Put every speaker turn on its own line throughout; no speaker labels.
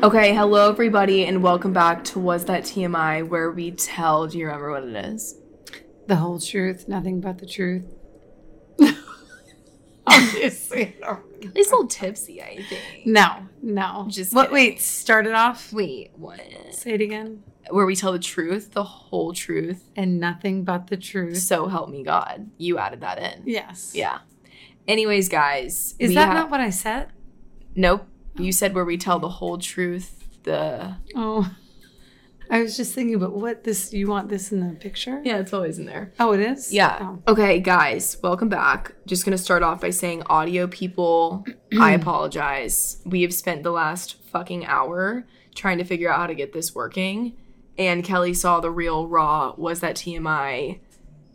Okay, hello everybody, and welcome back to Was That TMI, where we tell. Do you remember what it is?
The whole truth, nothing but the truth. Obviously. I don't remember.
It's a little tipsy, I think.
No, no.
Just
what?
kidding.
Wait, start it off.
Wait, what?
Say it again.
Where we tell the truth, the whole truth.
And nothing but the truth.
So help me God, you added that in.
yes.
Yeah. Anyways, guys,
Is
we
that
ha-
not what I said?
Nope. You said where we tell the whole truth. The
Oh, I was just thinking. But what this? You want this in the picture?
yeah, it's always in there.
Oh, it is.
Yeah.
Oh.
Okay, guys, welcome back. Just going to start off by saying, audio people, I apologize. We have spent the last fucking hour trying to figure out how to get this working. And Kelly saw the real raw was that TMI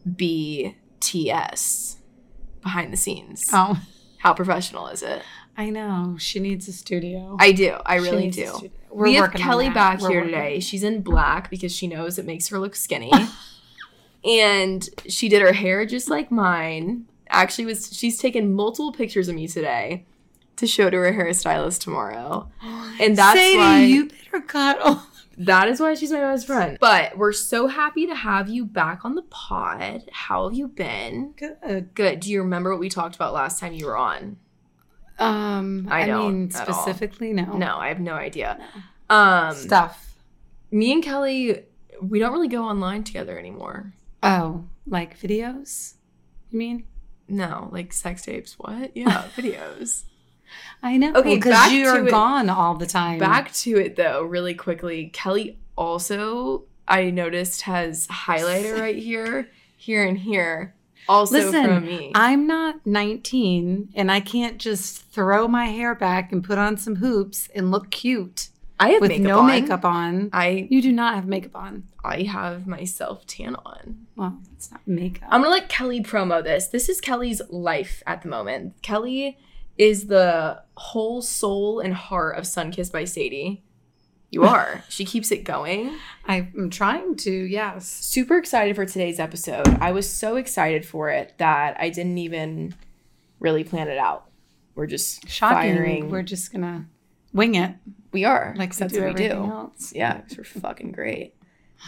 BTS behind the scenes.
Oh,
How professional is it?
I know. She needs a studio.
I do. I
She
really
needs a
do.
studio. We're
we have
working on
Kelly
that.
back
We're
here
working on
today.
that.
She's in black because she knows it makes her look skinny. and she did her hair just like mine. Actually was she's taken multiple pictures of me today to show to her hairstylist tomorrow. And that's
Sadie,
why
you better cut. Oh,
that is why she's my best friend. But we're so happy to have you back on the pod. How have you been?
good.
Good. Do you remember what we talked about last time you were on?
Um,
I
I,
don't
mean
at all.
specifically, no.
No, I have no idea. Um
stuff.
me and Kelly we don't really go online together anymore.
Oh, like videos? You mean?
No, like sex tapes. What? Yeah, videos.
I know.
Okay, back
because you are
to it.
gone all the time.
Back to it though, really quickly. Kelly also, I noticed, has highlighter right here, here, and here. Also
Listen,
from me.
I'm not 19, and I can't just throw my hair back and put on some hoops and look cute
I have
with
makeup
no
on.
makeup on.
I
You do not have makeup on.
I have my self tan on.
Well, it's not makeup.
I'm gonna let Kelly promo this. This is Kelly's life at the moment. Kelly is the whole soul and heart of Sunkissed by Sadie. You are. she keeps it going.
I'm trying to. Yes.
super excited for today's episode. I was so excited for it that I didn't even really plan it out. We're just
Shocking.
firing.
We're just gonna wing it,
we are
like
that's
we do
what we
everything
do.
else.
Yeah, 'cause we're fucking great.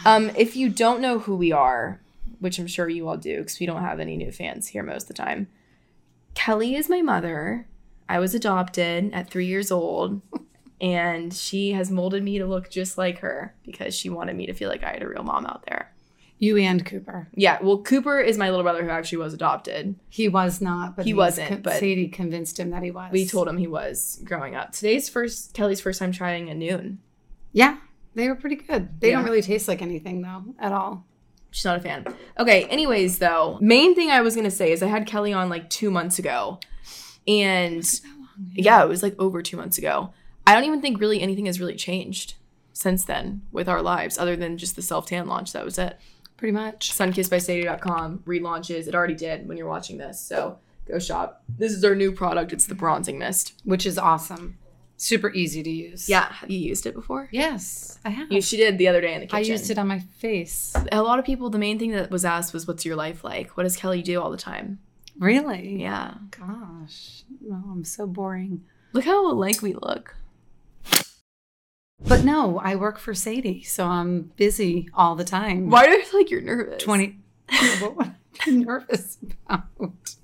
Um, if you don't know who we are, which I'm sure you all do, because we don't have any new fans here most of the time. Kelly is my mother. I was adopted at three years old, and she has molded me to look just like her because she wanted me to feel like I had a real mom out there.
You and Cooper.
Yeah, well, Cooper is my little brother who actually was adopted.
He was not, but
He
was
wasn't,
con-
but-
Sadie convinced him that he was.
We told him he was growing up. Today's first Kelly's first time trying a noon.
Yeah, they were pretty good. They
Yeah.
don't really taste like anything though at all.
She's not a fan. Okay, anyways though, main thing I was gonna say is I had Kelly on like two months ago. And yeah, it was like over two months ago. I don't even think really anything has really changed since then with our lives, other than just the self-tan launch. That was it.
Pretty much.
Sunkissbysadie.com relaunches. It already did when you're watching this. So go shop. This is our new product. It's the bronzing mist.
Which is awesome. Super easy to use.
Yeah. Have you used it before?
Yes, I have.
You, she did the other day in the kitchen.
I used it on my face.
A lot of people, the main thing that was asked was, What's your life like? What does Kelly do all the time?
Really?
Yeah.
Gosh. No, I'm so boring.
Look how alike we look.
But no, I work for Sadie, so I'm busy all the time.
Why do I feel like you're nervous?
20. what would I be nervous about?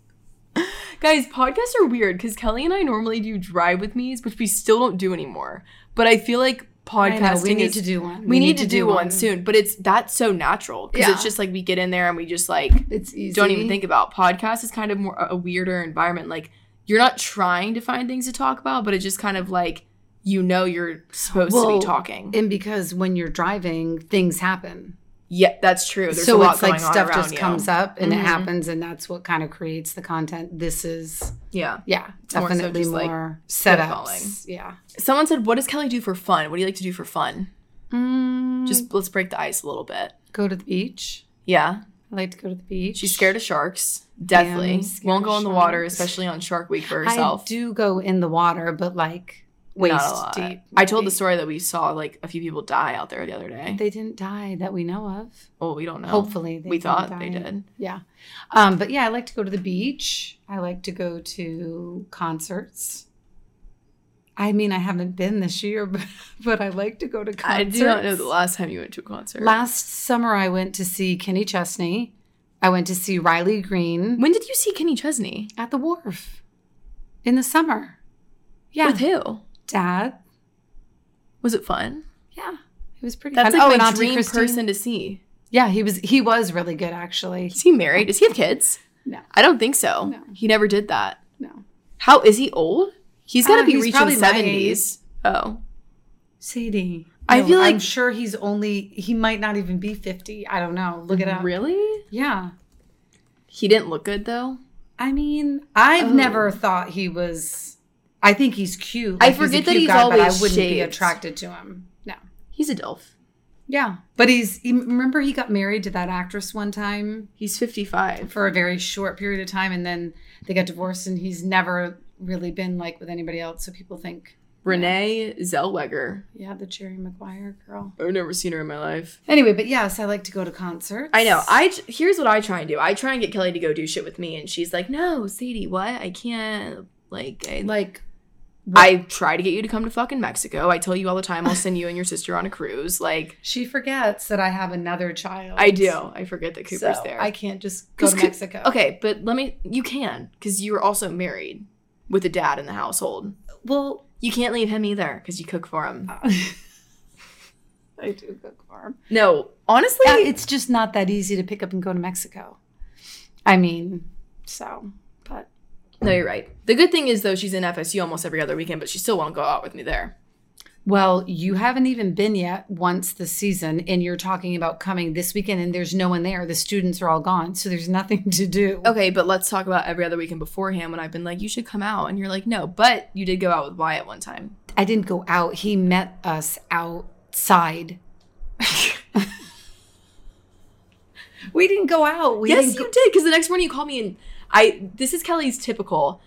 Guys, podcasts are weird because Kelly and I normally do drive with me's, which we still don't do anymore. But I feel like
I know,
podcasting
we need
is-
to do one.
We, need, to, do, one, soon, but it's that's so natural because
Yeah.
it's just like we get in there and we just like
It's easy.
don't even think about. Podcast is kind of more a weirder environment. Like you're not trying to find things to talk about, but it's just kind of like you know you're supposed to
Well,
be talking.
And because when you're driving, things happen.
Yeah, that's true. There's a
so
lot
it's
going
like
on
stuff
around
just
you.
comes up and
Mhm.
it happens, and that's what kind of creates the content. This is,
Yeah.
yeah,
more so
definitely
just, like,
more,
spitballing.
setups. Yeah.
Someone said, "What does Kelly do for fun? What do you like to do for fun?"
Mm, just
Just let's break the ice a little bit.
go to the beach.
Yeah,
I like to go to the beach.
she's scared of sharks. Deathly
I'm scared
won't
of
go in the water,
sharks.
especially on Shark Week for
I
herself.
do go in the water, but like
Not
waist
a lot.
deep.
I told the
maybe.
story that we saw like a few people die out there the other day.
They didn't die that we know of.
well, we don't know.
Hopefully,
Oh,
they
we
didn't
thought they
die.
did.
Yeah, um, but yeah, I like to go to the beach. I like to go to concerts. I mean, I haven't been this year, but, but I like to go to concerts.
I do not know the last time you went to a concert.
Last summer, I went to see Kenny Chesney. I went to see Riley Green
when did you see Kenny Chesney?
at the wharf in the summer. Yeah,
With who?
Dad.
Was it fun?
Yeah, it was pretty.
That's
fun.
like
Oh, and
my
Auntie
dream
Christine.
person to see.
Yeah, he was. He was really good, actually.
Is he married? Does he have kids?
No.
I don't think so.
No.
He never did that.
No.
How is he old? He's got to
Uh,
be
he's
reaching
probably my
seventies. Oh,
Sadie.
I
No,
feel like-
I'm sure he's only he might not even be 50. I don't know. Look it up.
really?
Yeah.
He didn't look good though.
I mean, I've
Oh.
never thought he was I think he's cute.
I
Like, he's a
forget that
cute
he's
guy, but I
always
wouldn't be
shaved.
attracted to him. No.
He's a Dilf.
Yeah. But he's he- remember he got married to that actress one time
He's fifty-five.
for a very short period of time and then they got divorced and he's never really been like with anybody else. So people think,
Renee Zellweger.
yeah, the Jerry Maguire girl.
I've never seen her in my life.
Anyway, but yes, I like to go to concerts.
I know. I j- here's what I try and do. I try and get Kelly to go do shit with me, and she's like, "No, Sadie, what? I can't." Like, I,
like
I try to get you to come to fucking Mexico. I tell you all the time. I'll send you and your sister on a cruise. Like,
She forgets that I have another child.
I do. I forget that Cooper's
So
there.
I can't just go
'Cause
to
Coo-
Mexico.
okay, but let me. You can because you are also married with a dad in the household.
Well,
You can't leave him either because you cook for him.
I do cook for him.
No, honestly,
it's just not that easy to pick up and go to Mexico. I mean, so, but
no, you're right. The good thing is though, she's in FSU almost every other weekend, but she still won't go out with me there.
well, you haven't even been yet once this season, and you're talking about coming this weekend, and there's no one there. The students are all gone, so there's nothing to do.
Okay, but let's talk about every other weekend beforehand when I've been like, you should come out. And you're like, no, but you did go out with Wyatt one time.
I didn't go out. He met us outside. we didn't go out. We
yes,
didn't go-
you did. Because the next morning you called me and I, this is Kelly's typical.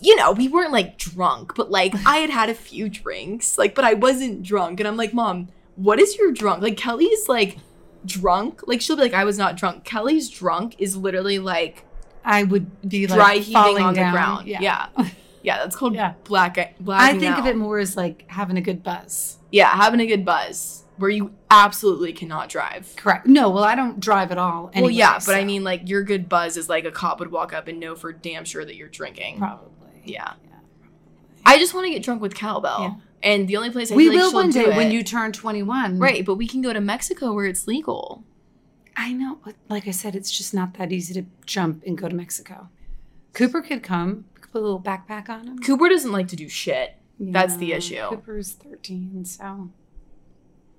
You know, we weren't like drunk, but like I had had a few drinks, like, but I wasn't drunk. And I'm like, mom, what is your drunk? Like, Kelly's like drunk. Like, she'll be like, I was not drunk. Kelly's drunk is literally like
I would be like
dry heaving
falling
on
down.
the ground. Yeah. Yeah. that's called
Yeah.
black. eh, black
I think of it more as like having a good buzz.
Yeah, having a good buzz where you absolutely cannot drive.
Correct. No, well, I don't drive at all.
well,
anyway,
yeah, but I
so
mean, like, your good buzz is like a cop would walk up and know for damn sure that you're drinking.
probably.
Yeah. I just want to get drunk with cowbell.
Yeah.
And the only place I
we
feel like
will
she'll
one
do
day when
it-
you turn 21.
right, but we can go to Mexico where it's legal.
I know, but like I said, it's just not that easy to jump and go to Mexico. Cooper could come, put a little backpack on him.
Cooper doesn't like to do shit. That's the
Yeah,
issue.
Cooper's 13, so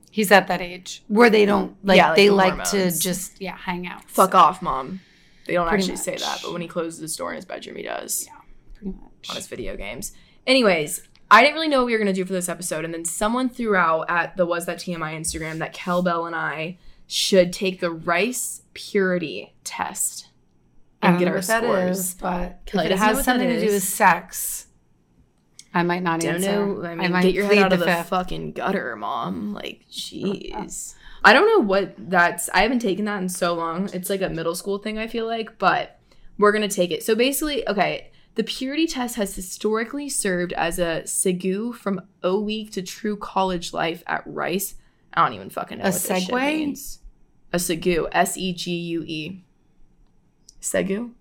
he's at that age where they don't like,
Yeah, like
they
the
like
hormones.
to just yeah hang out.
Fuck
so,
off, mom. They don't
Pretty
actually say
much.
that, but when he closes his door in his bedroom, he does
Pretty much.
on his video games. Anyways, I didn't really know what we were gonna do for this episode, and then someone threw out at the was that TMI Instagram that Kelbell and I should take the rice purity test
I
and
don't
get
know
our
what that
scores.
is, but
Kelly
if
doesn't
it
know
has
what
something
that
to do with
is.
sex, I might not
don't
answer.
know. I mean,
might
get your head
plead
out of the
fifth.
fucking gutter, mom. Like, jeez. I don't know what that's. I haven't taken that in so long. It's like a middle school thing. I feel like, but we're gonna take it. So basically, okay. The purity test has historically served as a segue from O week to true college life at Rice. I don't even fucking know
A
what this shit
segue?
means. A segue. S e g u e. Segu.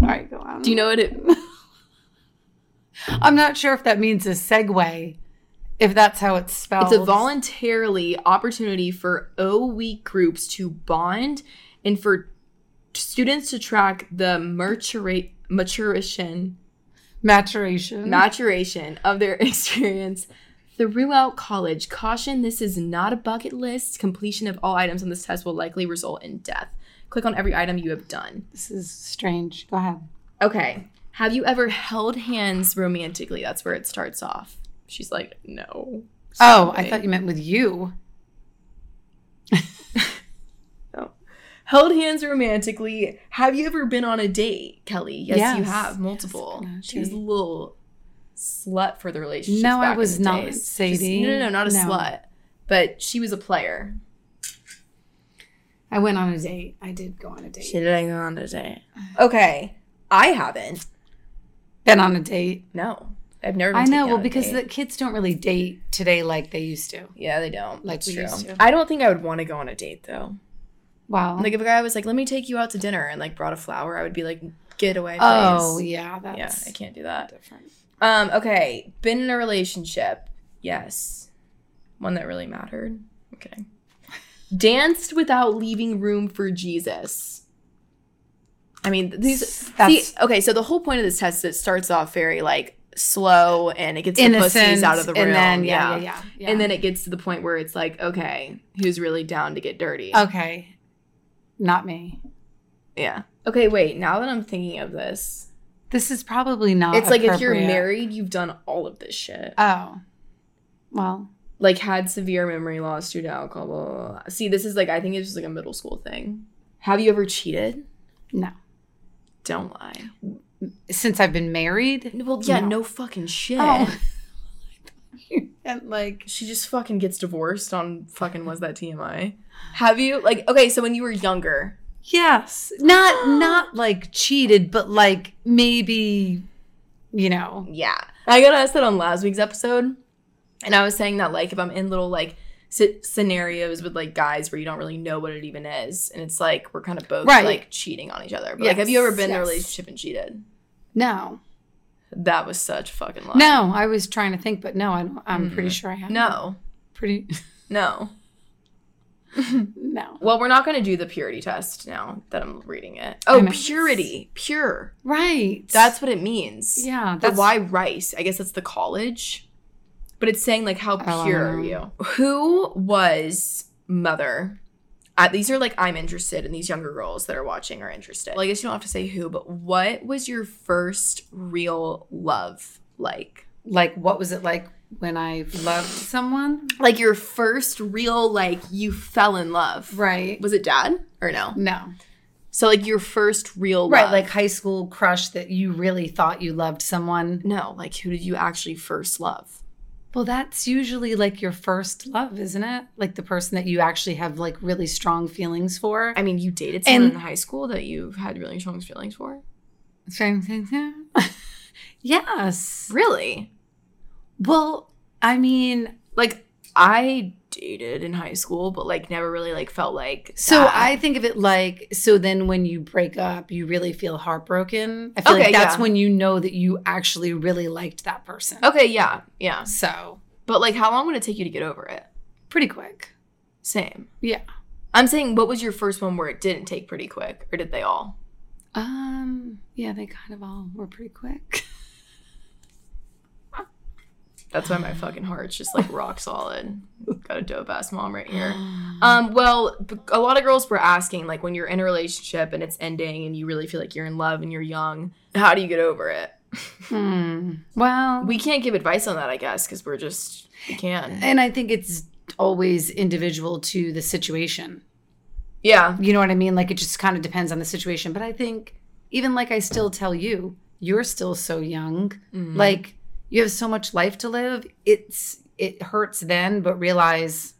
All right, go on.
Do you know what it?
I'm not sure if that means a segue, if that's how it's spelled.
It's a voluntarily opportunity for O week groups to bond and for students to track the matura- maturation
maturation.
maturation of their experience throughout college. Caution, this is not a bucket list. Completion of all items on this test will likely result in death. Click on every item you have done.
this is strange. Go ahead.
Okay. Have you ever held hands romantically? That's where it starts off. She's like, no.
Oh, I
Sorry.
thought you meant with you.
Held hands romantically. Have you ever been on a date, Kelly? Yes, you
Yes.
have multiple.
Yes, I've been on a
she was a
date.
little slut for the relationship.
No, I
back in
was
the
not,
days. Just-
Sadie.
no, no, no, not a
No.
slut. But she was a player.
I went on a date. I did go on a date.
didn't go on a date. Okay, I haven't.
been on a date.
No, I've never. Been
I know.
taken
Well,
on a
because
date.
the kids don't really date today like they used to.
yeah, they don't.
Like
That's
we
true.
used to.
I don't think I would want to go on a date though.
Wow.
Like if a guy was like, "Let me take you out to dinner," and like brought a flower, I would be like, "Get away!"
oh
please."
yeah,
yeah,
that's
I can't do that.
different.
Um, okay, been in a relationship. Yes. One that really mattered. Okay. Danced without leaving room for Jesus. I mean, these
That's-
see, okay, so the whole point of this test is it starts off very like slow and it gets the
Innocent
pussies out of the room.
and then yeah, yeah, yeah, yeah.
And then it gets to the point where it's like, okay, who's really down to get dirty?
okay, not me.
Yeah. Okay, wait, now that I'm thinking of this,
This is probably not.
it's like if you're
appropriate.
married, you've done all of this shit.
Oh, well,
like had severe memory loss due to alcohol. Blah, blah, blah. See, this is like I think it's just like a middle school thing. Have you ever cheated?
no.
Don't lie.
Since I've been married,
Well, yeah,
No.
no, fucking shit.
Oh. and like
She just fucking gets divorced on fucking was that TMI? Have you like okay? So when you were younger,
yes, not not like cheated, but like maybe, you know,
yeah, I got asked that on last week's episode, and I was saying that like if I'm in little like sce- scenarios with like guys where you don't really know what it even is, and it's like we're kind of both
Right.
like cheating on each other. But like, have you
Yes,
ever been in a
yes.
relationship and cheated?
no,
That was such a fucking lie.
no. I was trying to think, but no, I don't, I'm pretty sure I have.
No,
pretty
no.
no.
Well, we're not going to do the purity test now that I'm reading it. Oh,
know.
purity, pure.
Right.
That's what it means.
yeah.
But
That's
why rice? I guess that's the college. But it's saying like how
Oh, I
pure are
don't
you? Who was mother? Uh, these are like I'm interested, and these younger girls that are watching are interested. Well, I guess you don't have to say who, but what was your first real love like?
like what was it like when I loved someone?
Like your first real like you fell in love.
Right.
Was it dad or no?
No.
So like your first real
Right.
love.
Like high school crush that you really thought you loved someone.
no, like who did you actually first love?
Well, that's usually like your first love, isn't it? Like the person that you actually have like really strong feelings for.
I mean, you dated someone
And-
in high school that you had really strong feelings for.
yes.
Really?
Well, I mean,
Like I dated in high school, but like never really like felt like
so
that.
I think of it like so then when you break up, you really feel heartbroken. I feel
Okay,
like that's
yeah.
when you know that you actually really liked that person.
Okay, yeah, yeah.
So,
But like, how long would it take you to get over it?
pretty quick.
Same.
Yeah.
I'm saying, what was your first one where it didn't take pretty quick, or did they all?
Um, yeah, they kind of all were pretty quick.
That's why my fucking heart's just like rock solid. Got a dope ass mom right here. Um, well, b- a lot of girls were asking, like, when you're in a relationship and it's ending and you really feel like you're in love and you're young, how do you get over it?
Hmm. Well,
We can't give advice on that, I guess, because we're just, we can.
and I think it's always individual to the situation.
Yeah.
You know what I mean? Like it just kind of depends on the situation. But I think even like I still tell you, you're still so young.
Mm. Mm-hmm.
Like you have so much life to live. It's it hurts then, but realize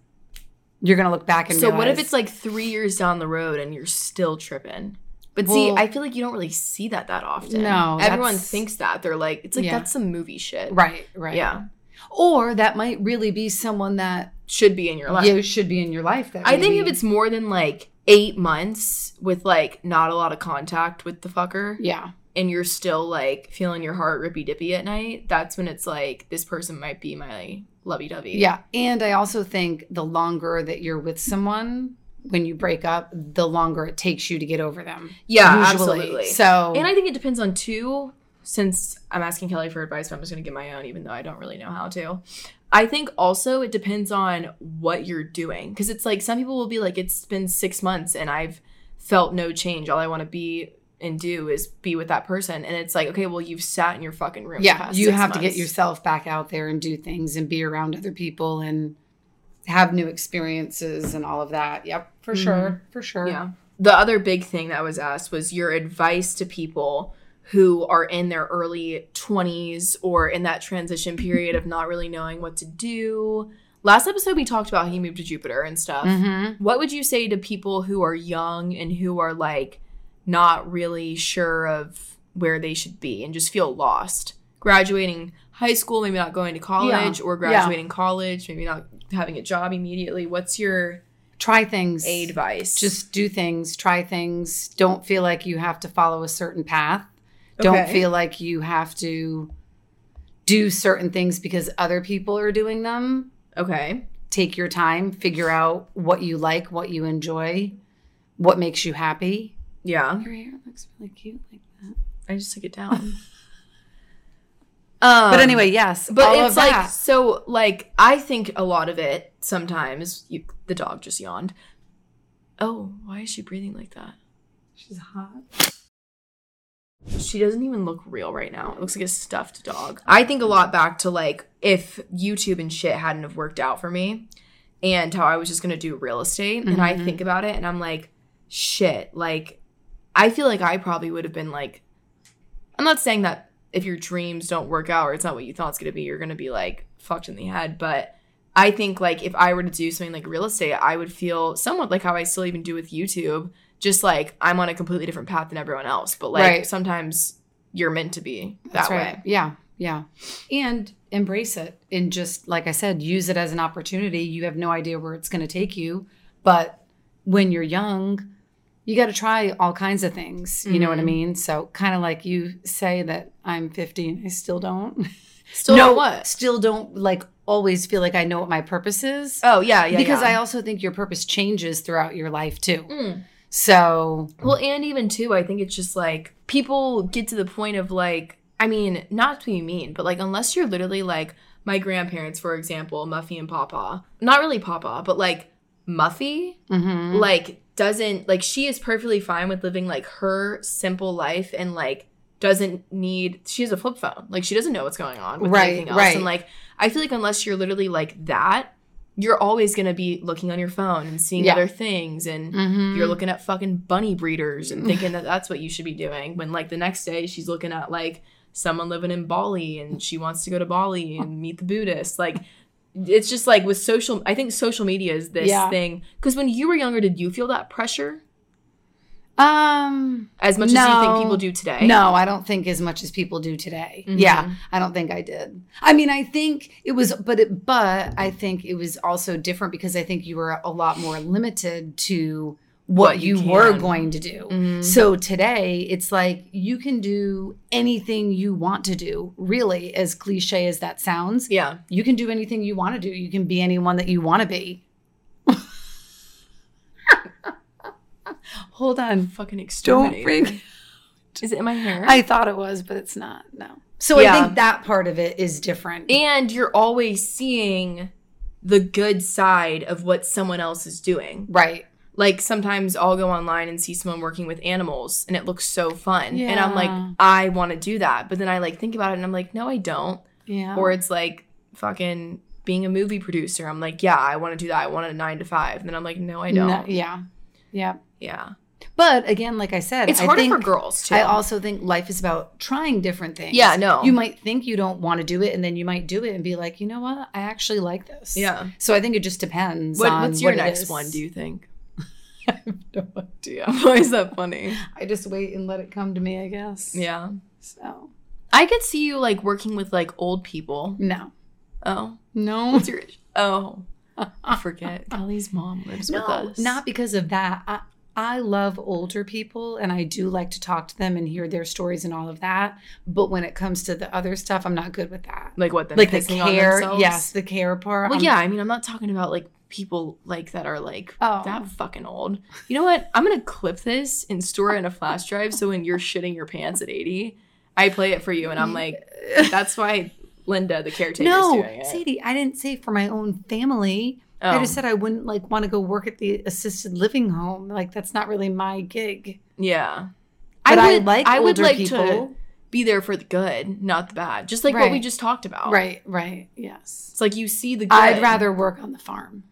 you're gonna look back and
So, what if
realize-
it's like three years down the road and you're still tripping? But see,
Well-
I feel like you don't really see that that often.
No,
Everyone
that's-
thinks that. They're like, it's like,
Yeah.
that's some movie shit.
right, right?
Yeah.
Or that might really be someone that
Should be in your life.
you should be in your life. That
I think if
maybe-
it's more than like eight months with like not a lot of contact with the fucker
yeah,
and you're still like feeling your heart rippy dippy at night, that's when it's like this person might be my lovey dovey.
Yeah. And I also think the longer that you're with someone when you break up, the longer it takes you to get over them.
Yeah, absolutely.
So
and I think it depends on two. Since I'm asking Kelly for advice, but I'm just gonna give my own, even though I don't really know how to. I think also it depends on what you're doing. Because it's like some people will be like, it's been six months and I've felt no change. All I wanna be and do is be with that person. And it's like, okay, well, you've sat in your fucking room. the
yeah,
past
you
six
have to get
months.
yourself back out there and do things and be around other people and have new experiences and all of that. Yep, for sure. For sure.
Mm-hmm. Yeah. The other big thing that was asked was your advice to people who are in their early 20s or in that transition period of not really knowing what to do. Last episode, we talked about how you moved to Jupiter and stuff.
Mhm.
What would you say to people who are young and who are like not really sure of where they should be and just feel lost. Graduating high school, maybe not going to college, or graduating college, maybe not having a job immediately. What's your
Try things.
advice?
Just do things, try things. Don't feel like you have to follow a certain path. Don't
Okay.
feel like you have to do certain things because other people are doing them.
okay.
Take your time, figure out what you like, what you enjoy, what makes you happy.
Yeah.
Your hair looks really cute like that.
I just took it down. um,
Um, But anyway, yes.
But
all
it's
of
like
that.
so like I think a lot of it sometimes you, the dog just yawned. Oh, why is she breathing like that?
she's hot.
She doesn't even look real right now. It looks like a stuffed dog. I think a lot back to like if YouTube and shit hadn't have worked out for me and how I was just going to do real estate and I
Mm-hmm.
think about it and I'm like shit, like I feel like I probably would have been like I'm not saying that if your dreams don't work out or it's not what you thought it's going to be, you're going to be like fucked in the head, but I think like if I were to do something like real estate, I would feel somewhat like how I still even do with YouTube, just like I'm on a completely different path than everyone else, but like
Right.
sometimes you're meant to be that
That's
way.
right. Yeah. Yeah. And embrace it and just, like I said, use it as an opportunity. You have no idea where it's going to take you. But when you're young, you got to try all kinds of things. You know what I
Mm-hmm.
mean? So, kind of like you say that I'm 50 and I still don't.
Still
no,
no what?
Still don't like always feel like I know what my purpose is.
Oh yeah, yeah.
because
yeah. Mm.
I also think your purpose changes throughout your life too. So,
Well, and even too, I think it's just like people get to the point of like, I mean, not to be mean, but like, unless you're literally like my grandparents, for example, Muffy and Papa, not really Papa, but like Muffy,
mhm.
like, doesn't like she is perfectly fine with living like her simple life and like doesn't need she has a flip phone like she doesn't know what's going on with
Right,
anything else
right.
and like i feel like unless you're literally like that you're always going to be looking on your phone and seeing
Yeah.
other things and
Mhm.
you're looking at fucking bunny breeders and thinking that that's what you should be doing. When like the next day she's looking at like someone living in Bali and she wants to go to Bali and meet the Buddhist. Like it's just like with social. I think social media is this
Yeah.
thing. Because when you were younger, did you feel that pressure
um,
as much as you
No.
think people do today? Mm-hmm.
No, I don't think as much as people do today. Yeah, I don't think I did. I mean, I think it was, but it, but I think it was also different because I think you were a lot more limited to what,
What you
you, were
can. Mm-hmm.
going to do. So today, it's like you can do anything you want to do. Really, as cliche as that sounds,
Yeah.
you can do anything you want to do. You can be anyone that you want to be. Hold on.
Fucking exterminator.
Don't bring.
Is it in my hair?
I thought it was, but it's not. No. So
Yeah.
I think that part of it is different.
and you're always seeing the good side of what someone else is doing.
right.
like sometimes I'll go online and see someone working with animals and it looks so fun. And I'm
Yeah.
like, I want to do that. But then I like think about it and I'm like, no, I don't.
Yeah.
Or it's like fucking being a movie producer. I'm like, yeah, I want to do that. I want a nine to five. And then I'm like, no, I don't.
No, yeah. Yeah.
Yeah.
But again, like I said,
It's
I
harder
think,
for girls too.
I also think life is about trying different things.
Yeah, no.
You might think you don't want to do it, and then you might do it and be like, you know what? I actually like this.
Yeah.
So I think it just depends.
what,
on
what's your
what it
next
is.
one, do you think?
No idea.
Why is that funny?
I just wait and let it come to me, I guess.
Yeah.
So
I could see you like working with like old people.
no,
Oh.
no,
What's your Oh. I forget. Kelly's mom lives with
no,
us.
not because of that. I, I love older people, and I do like to talk to them and hear their stories and all of that. But when it comes to the other stuff, I'm not good with that.
like what them
Like the
pissing on
care,
themselves?
yes, Um, the care part.
Well,
I'm-
yeah, I mean, I'm not talking about like people like that are like
Oh.
that fucking old. You know what? I'm gonna clip this and store it in a flash drive so when you're shitting your pants at 80, I play it for you and I'm like, that's why Linda, the caretaker, is doing
No,
it.
Sadie, I didn't say for my own family. I
Oh.
just said I wouldn't like want to go work at the assisted living home. Like that's not really my gig.
yeah,
But I like older
to
people.
be there for the good, not the bad. Just like what we
Right.
just talked about.
Right, right, yes.
It's like you see the. good.
I'd rather work on the farm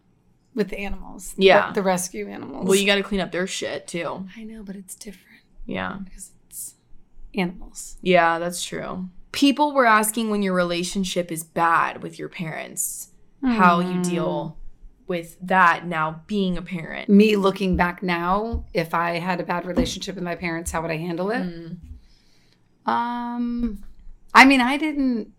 with the animals. the-
Yeah.
the, rescue animals.
Well, you got to clean up their shit too.
I know, but it's different
Yeah.
because it's animals.
Yeah, that's true. People were asking when your relationship is bad with your parents, how
Hmm.
you deal with that now being a parent.
me
Mm.
looking back now, if I had a bad relationship with my parents, how would I handle it? Um, I mean, I didn't,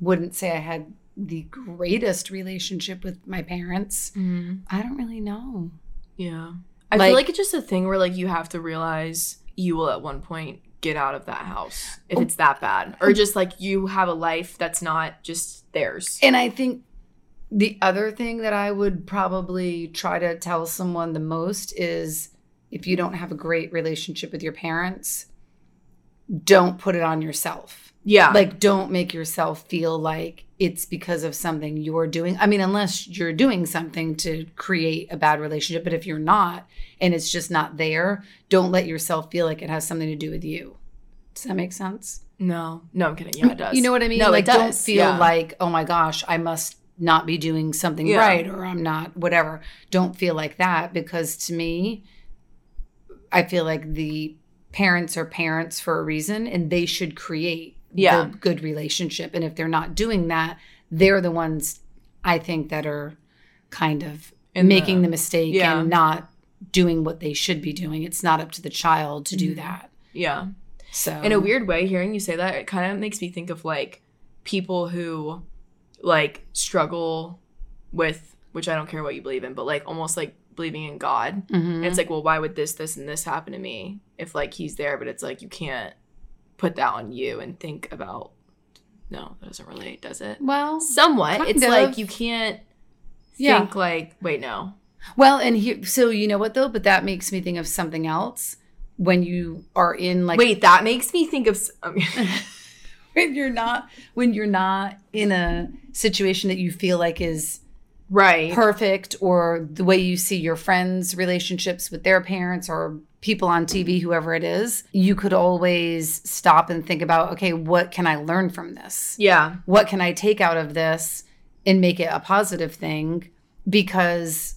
wouldn't say I had the greatest relationship with my parents. I don't really know.
Yeah. I
Mm-hmm. Like-
feel like it's just a thing where like you have to realize you will at one point get out of that house if it's that bad.
Mm.
Or just like you have a life that's not just theirs.
And I think the other thing that I would probably try to tell someone the most is if you don't have a great relationship with your parents, don't put it on yourself.
yeah.
Like, don't make yourself feel like it's because of something you're doing. I mean, unless you're doing something to create a bad relationship, but if you're not and it's just not there, don't let yourself feel like it has something to do with you. Does that make sense?
no. No, I'm kidding. Yeah, it does.
You know what I mean?
No,
like,
it does.
don't feel
Yeah.
like, oh my gosh, I must not be doing something
Yeah.
right or I'm not, whatever. Don't feel like that because to me, I feel like the parents are parents for a reason and they should create
Yeah.
the good relationship. And if they're not doing that, they're the ones I think that are kind of
In
making
the-
the, mistake
yeah.
and not doing what they should be doing. It's not up to the child to do that.
Yeah.
So,
Mm-hmm. in a weird way hearing you say that it kind of makes me think of like people who like struggle with which i don't care what you believe in but like almost like believing in god
Mhm.
and it's like well why would this this and this happen to me if like he's there but it's like you can't put that on you and think about no that doesn't relate does it
well,
somewhat
Kind
it's
of.
like you can't
Yeah.
think like wait no
Well, and here, so you know what though, but that makes me think of something else. When you are in like,
wait that makes me think of s- I mean,
when you're not, when you're not in a situation that you feel like is
right
perfect, or the way you see your friends' relationships with their parents or people on TV, whoever it is, you could always stop and think about, okay, what can I learn from this?
yeah
what can I take out of this and make it a positive thing? Because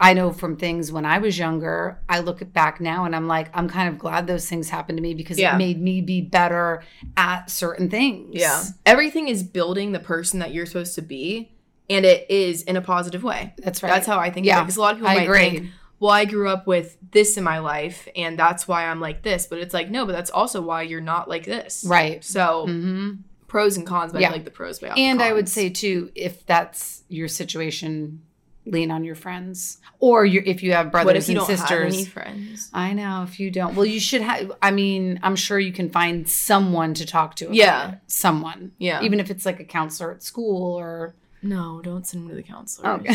I know from things when I was younger, I look back now and I'm like, I'm kind of glad those things happened to me because
Yeah.
it made me be better at certain things.
Yeah. Everything is building the person that you're supposed to be, and it is in a positive way.
That's right.
That's how I think
Yeah.
of it. Because a lot of people
I
might
agree.
think, well, I grew up with this in my life, and that's why I'm like this. But it's like, no, but that's also why you're not like this.
Right.
So
hmm
pros and cons, but
Yeah.
I like the pros way.
And I would say too, if that's your situation, lean on your friends or your, if you have brothers
what if you
and
don't
sisters.
have any friends?
I know if you don't. Well, you should have. I mean, I'm sure you can find someone to talk to. about
Yeah.
it. someone.
Yeah.
even if it's like a counselor at school or
No, don't send me to the counselor.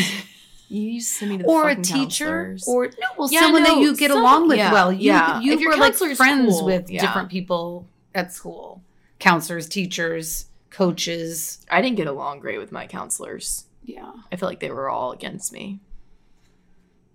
You just send me to the
Oh. or a
fucking
teacher
counselors.
or no, well,
Yeah,
someone that
no,
you get
some-
along with
yeah,
well. You,
yeah.
you
If your
were like
counselor's
friends
cool,
with
yeah.
different people at school, counselors, teachers, coaches.
I didn't get along great with my counselors.
Yeah,
I feel like they were all against me.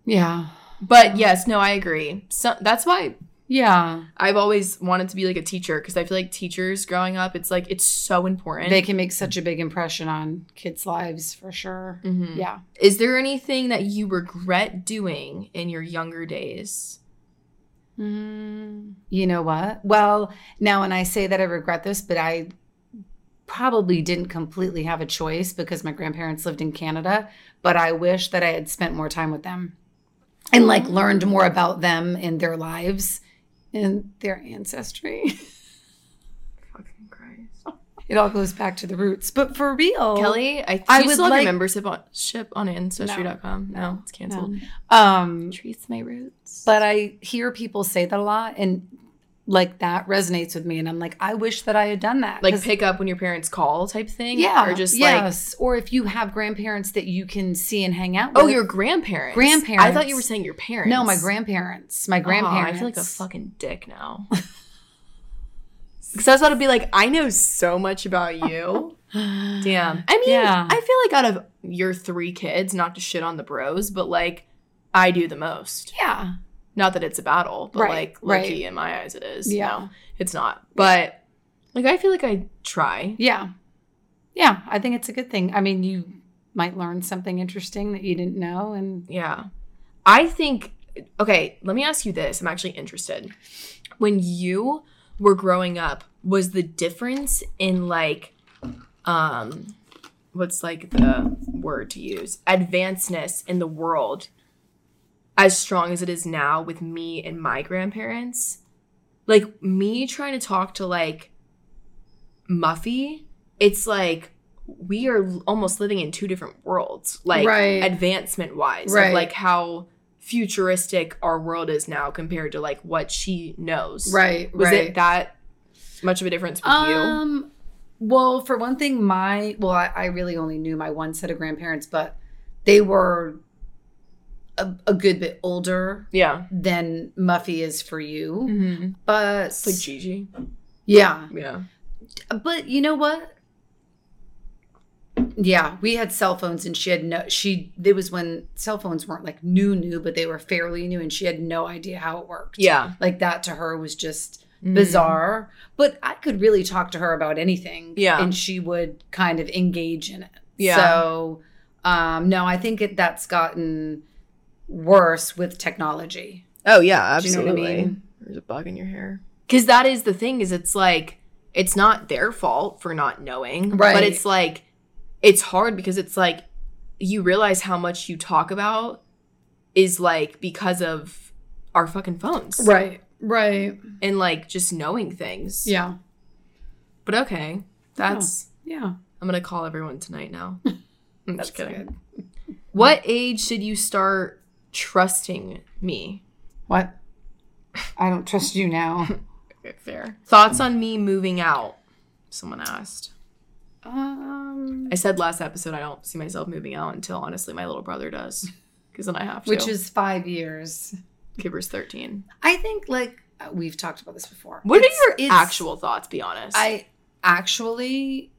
yeah,
But yes, no, I agree. So, that's why
yeah.
I've always wanted to be like a teacher because I feel like teachers growing up, it's like it's so important.
They can make such a big impression on kids' lives for sure.
Mhm.
Yeah.
Is there anything that you regret doing in your younger days?
Mm, you know what? Well, now, and I say that I regret this, but I probably didn't completely have a choice because my grandparents lived in Canada. But I wish that I had spent more time with them and like learned more about them and their lives and their ancestry.
Fucking Christ.
it all goes back to the roots, but for real,
Kelly, I,
Oh. I
I you
would
still have
like-
your membership on, ship on Ancestry.com. No, it's canceled.
Um,
Trace my roots.
but I hear people say that a lot, and like that resonates with me. And I'm like, I wish that I had done that.
like
'cause-
pick up when your parents call type thing?
Yeah.
Or just like,
yes. or if you have grandparents that you can see and hang out with.
oh, your grandparents. I thought
Grandparents.
you were saying your parents.
No, my grandparents. My
Aw,
grandparents.
I feel like a fucking dick now. Because I was about to be like, I know so much about you. Damn. I mean,
Yeah.
I feel like out of your three kids, not to shit on the bros, but like, I do the most.
Yeah.
Not that it's a battle, but
Right,
like,
right.
lucky in my eyes, it is.
Yeah.
No, it's not. But like, I feel like I try.
Yeah. Yeah. I think it's a good thing. I mean, you might learn something interesting that you didn't know. And
Yeah. I think, okay, let me ask you this. I'm actually interested. When you were growing up, was the difference in like, um, what's like the word to use? Advancedness in the world as strong as it is now with me and my grandparents? Like me trying to talk to like Muffy, it's like we are l- almost living in two different worlds, like
Right.
advancement wise,
Right.
like how futuristic our world is now compared to like what she knows.
Right.
Was
right.
it that much of a difference with you?
Um, well, for one thing, my well, I, I really only knew my one set of grandparents, but they were a, a good bit older
Yeah.
than Muffy is for you.
Mm-hmm.
But
It's like Gigi.
yeah,
Yeah.
but you know what? Yeah, we had cell phones, and she had no. She it was when cell phones weren't like new, new, but they were fairly new, and she had no idea how it worked.
Yeah.
like that to her was just
Mm.
bizarre. But I could really talk to her about anything.
Yeah.
And she would kind of engage in it.
Yeah.
So, um, no, I think it, that's gotten worse with technology.
Oh yeah,
Do you know what I
absolutely.
mean?
There's a bug in your hair. Cuz that is the thing is it's like it's not their fault for not knowing,
Right.
but it's like it's hard because it's like you realize how much you talk about is like because of our fucking phones
Right. Right.
and like just knowing things.
Yeah.
But okay. That's
Yeah.
I'm going to call everyone tonight now. I'm just kidding.
good.
What age should you start trusting me?
What? I don't trust you now.
Okay, fair. Thoughts on me moving out? Someone asked.
um,
I said last episode I don't see myself moving out until honestly my little brother does, because then I have to.
which is five years.
Kibber's thirteen.
I think, like, uh, we've talked about this before.
What
It's-
are your
it's-
actual thoughts? Be honest.
I actually,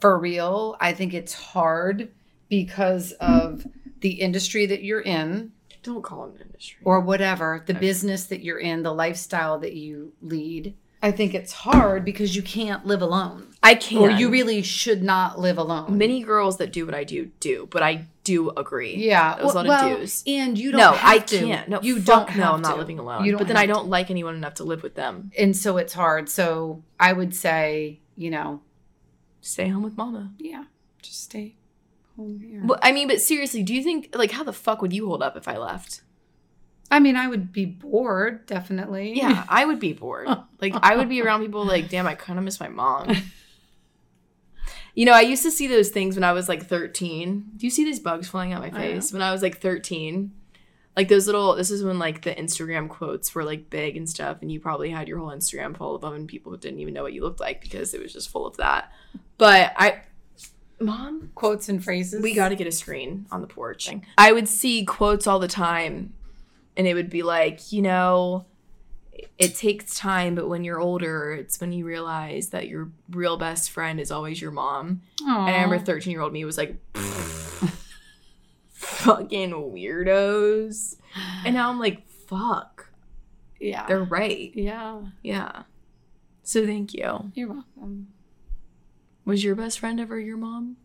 for real, I think it's hard because of the industry that you're in
don't call him an industry.
or whatever, the business that you're in, the lifestyle that you lead. I think it's hard because you can't live alone.
I can.
Or you really should not live alone.
many girls that do what I do do, but I do agree.
yeah.
That was a lot of
well,
do's.
and you don't
No,
have
I
to.
can't. No,
you
fuck
don't have
No, I'm not
to.
living alone.
You don't
but then
have
I don't like anyone enough to live with them.
to. And so it's hard. So I would say, you know,
Stay home with mama.
yeah, just stay home here.
Well, I mean, but seriously, do you think like how the fuck would you hold up if I left?
I mean, I would be bored, definitely.
Yeah, I would be bored. Like I would be around people like, damn, I kind of miss my mom. You know, I used to see those things when I was like 13. Do you see these bugs flying out my
I know.
face? When I was like 13, like those little. This is when like the Instagram quotes were like big and stuff, and you probably had your whole Instagram full of them, and people didn't even know what you looked like because it was just full of that. But I, mom,
quotes and phrases.
we got to get a screen on the porch. I would see quotes all the time, and it would be like, you know, it takes time, but when you're older, it's when you realize that your real best friend is always your mom. And I remember 13 year old me was like, fucking weirdos. And now I'm like, fuck,
yeah,
they're right.
yeah.
Yeah. So thank you.
You're welcome.
Was your best friend ever your mom?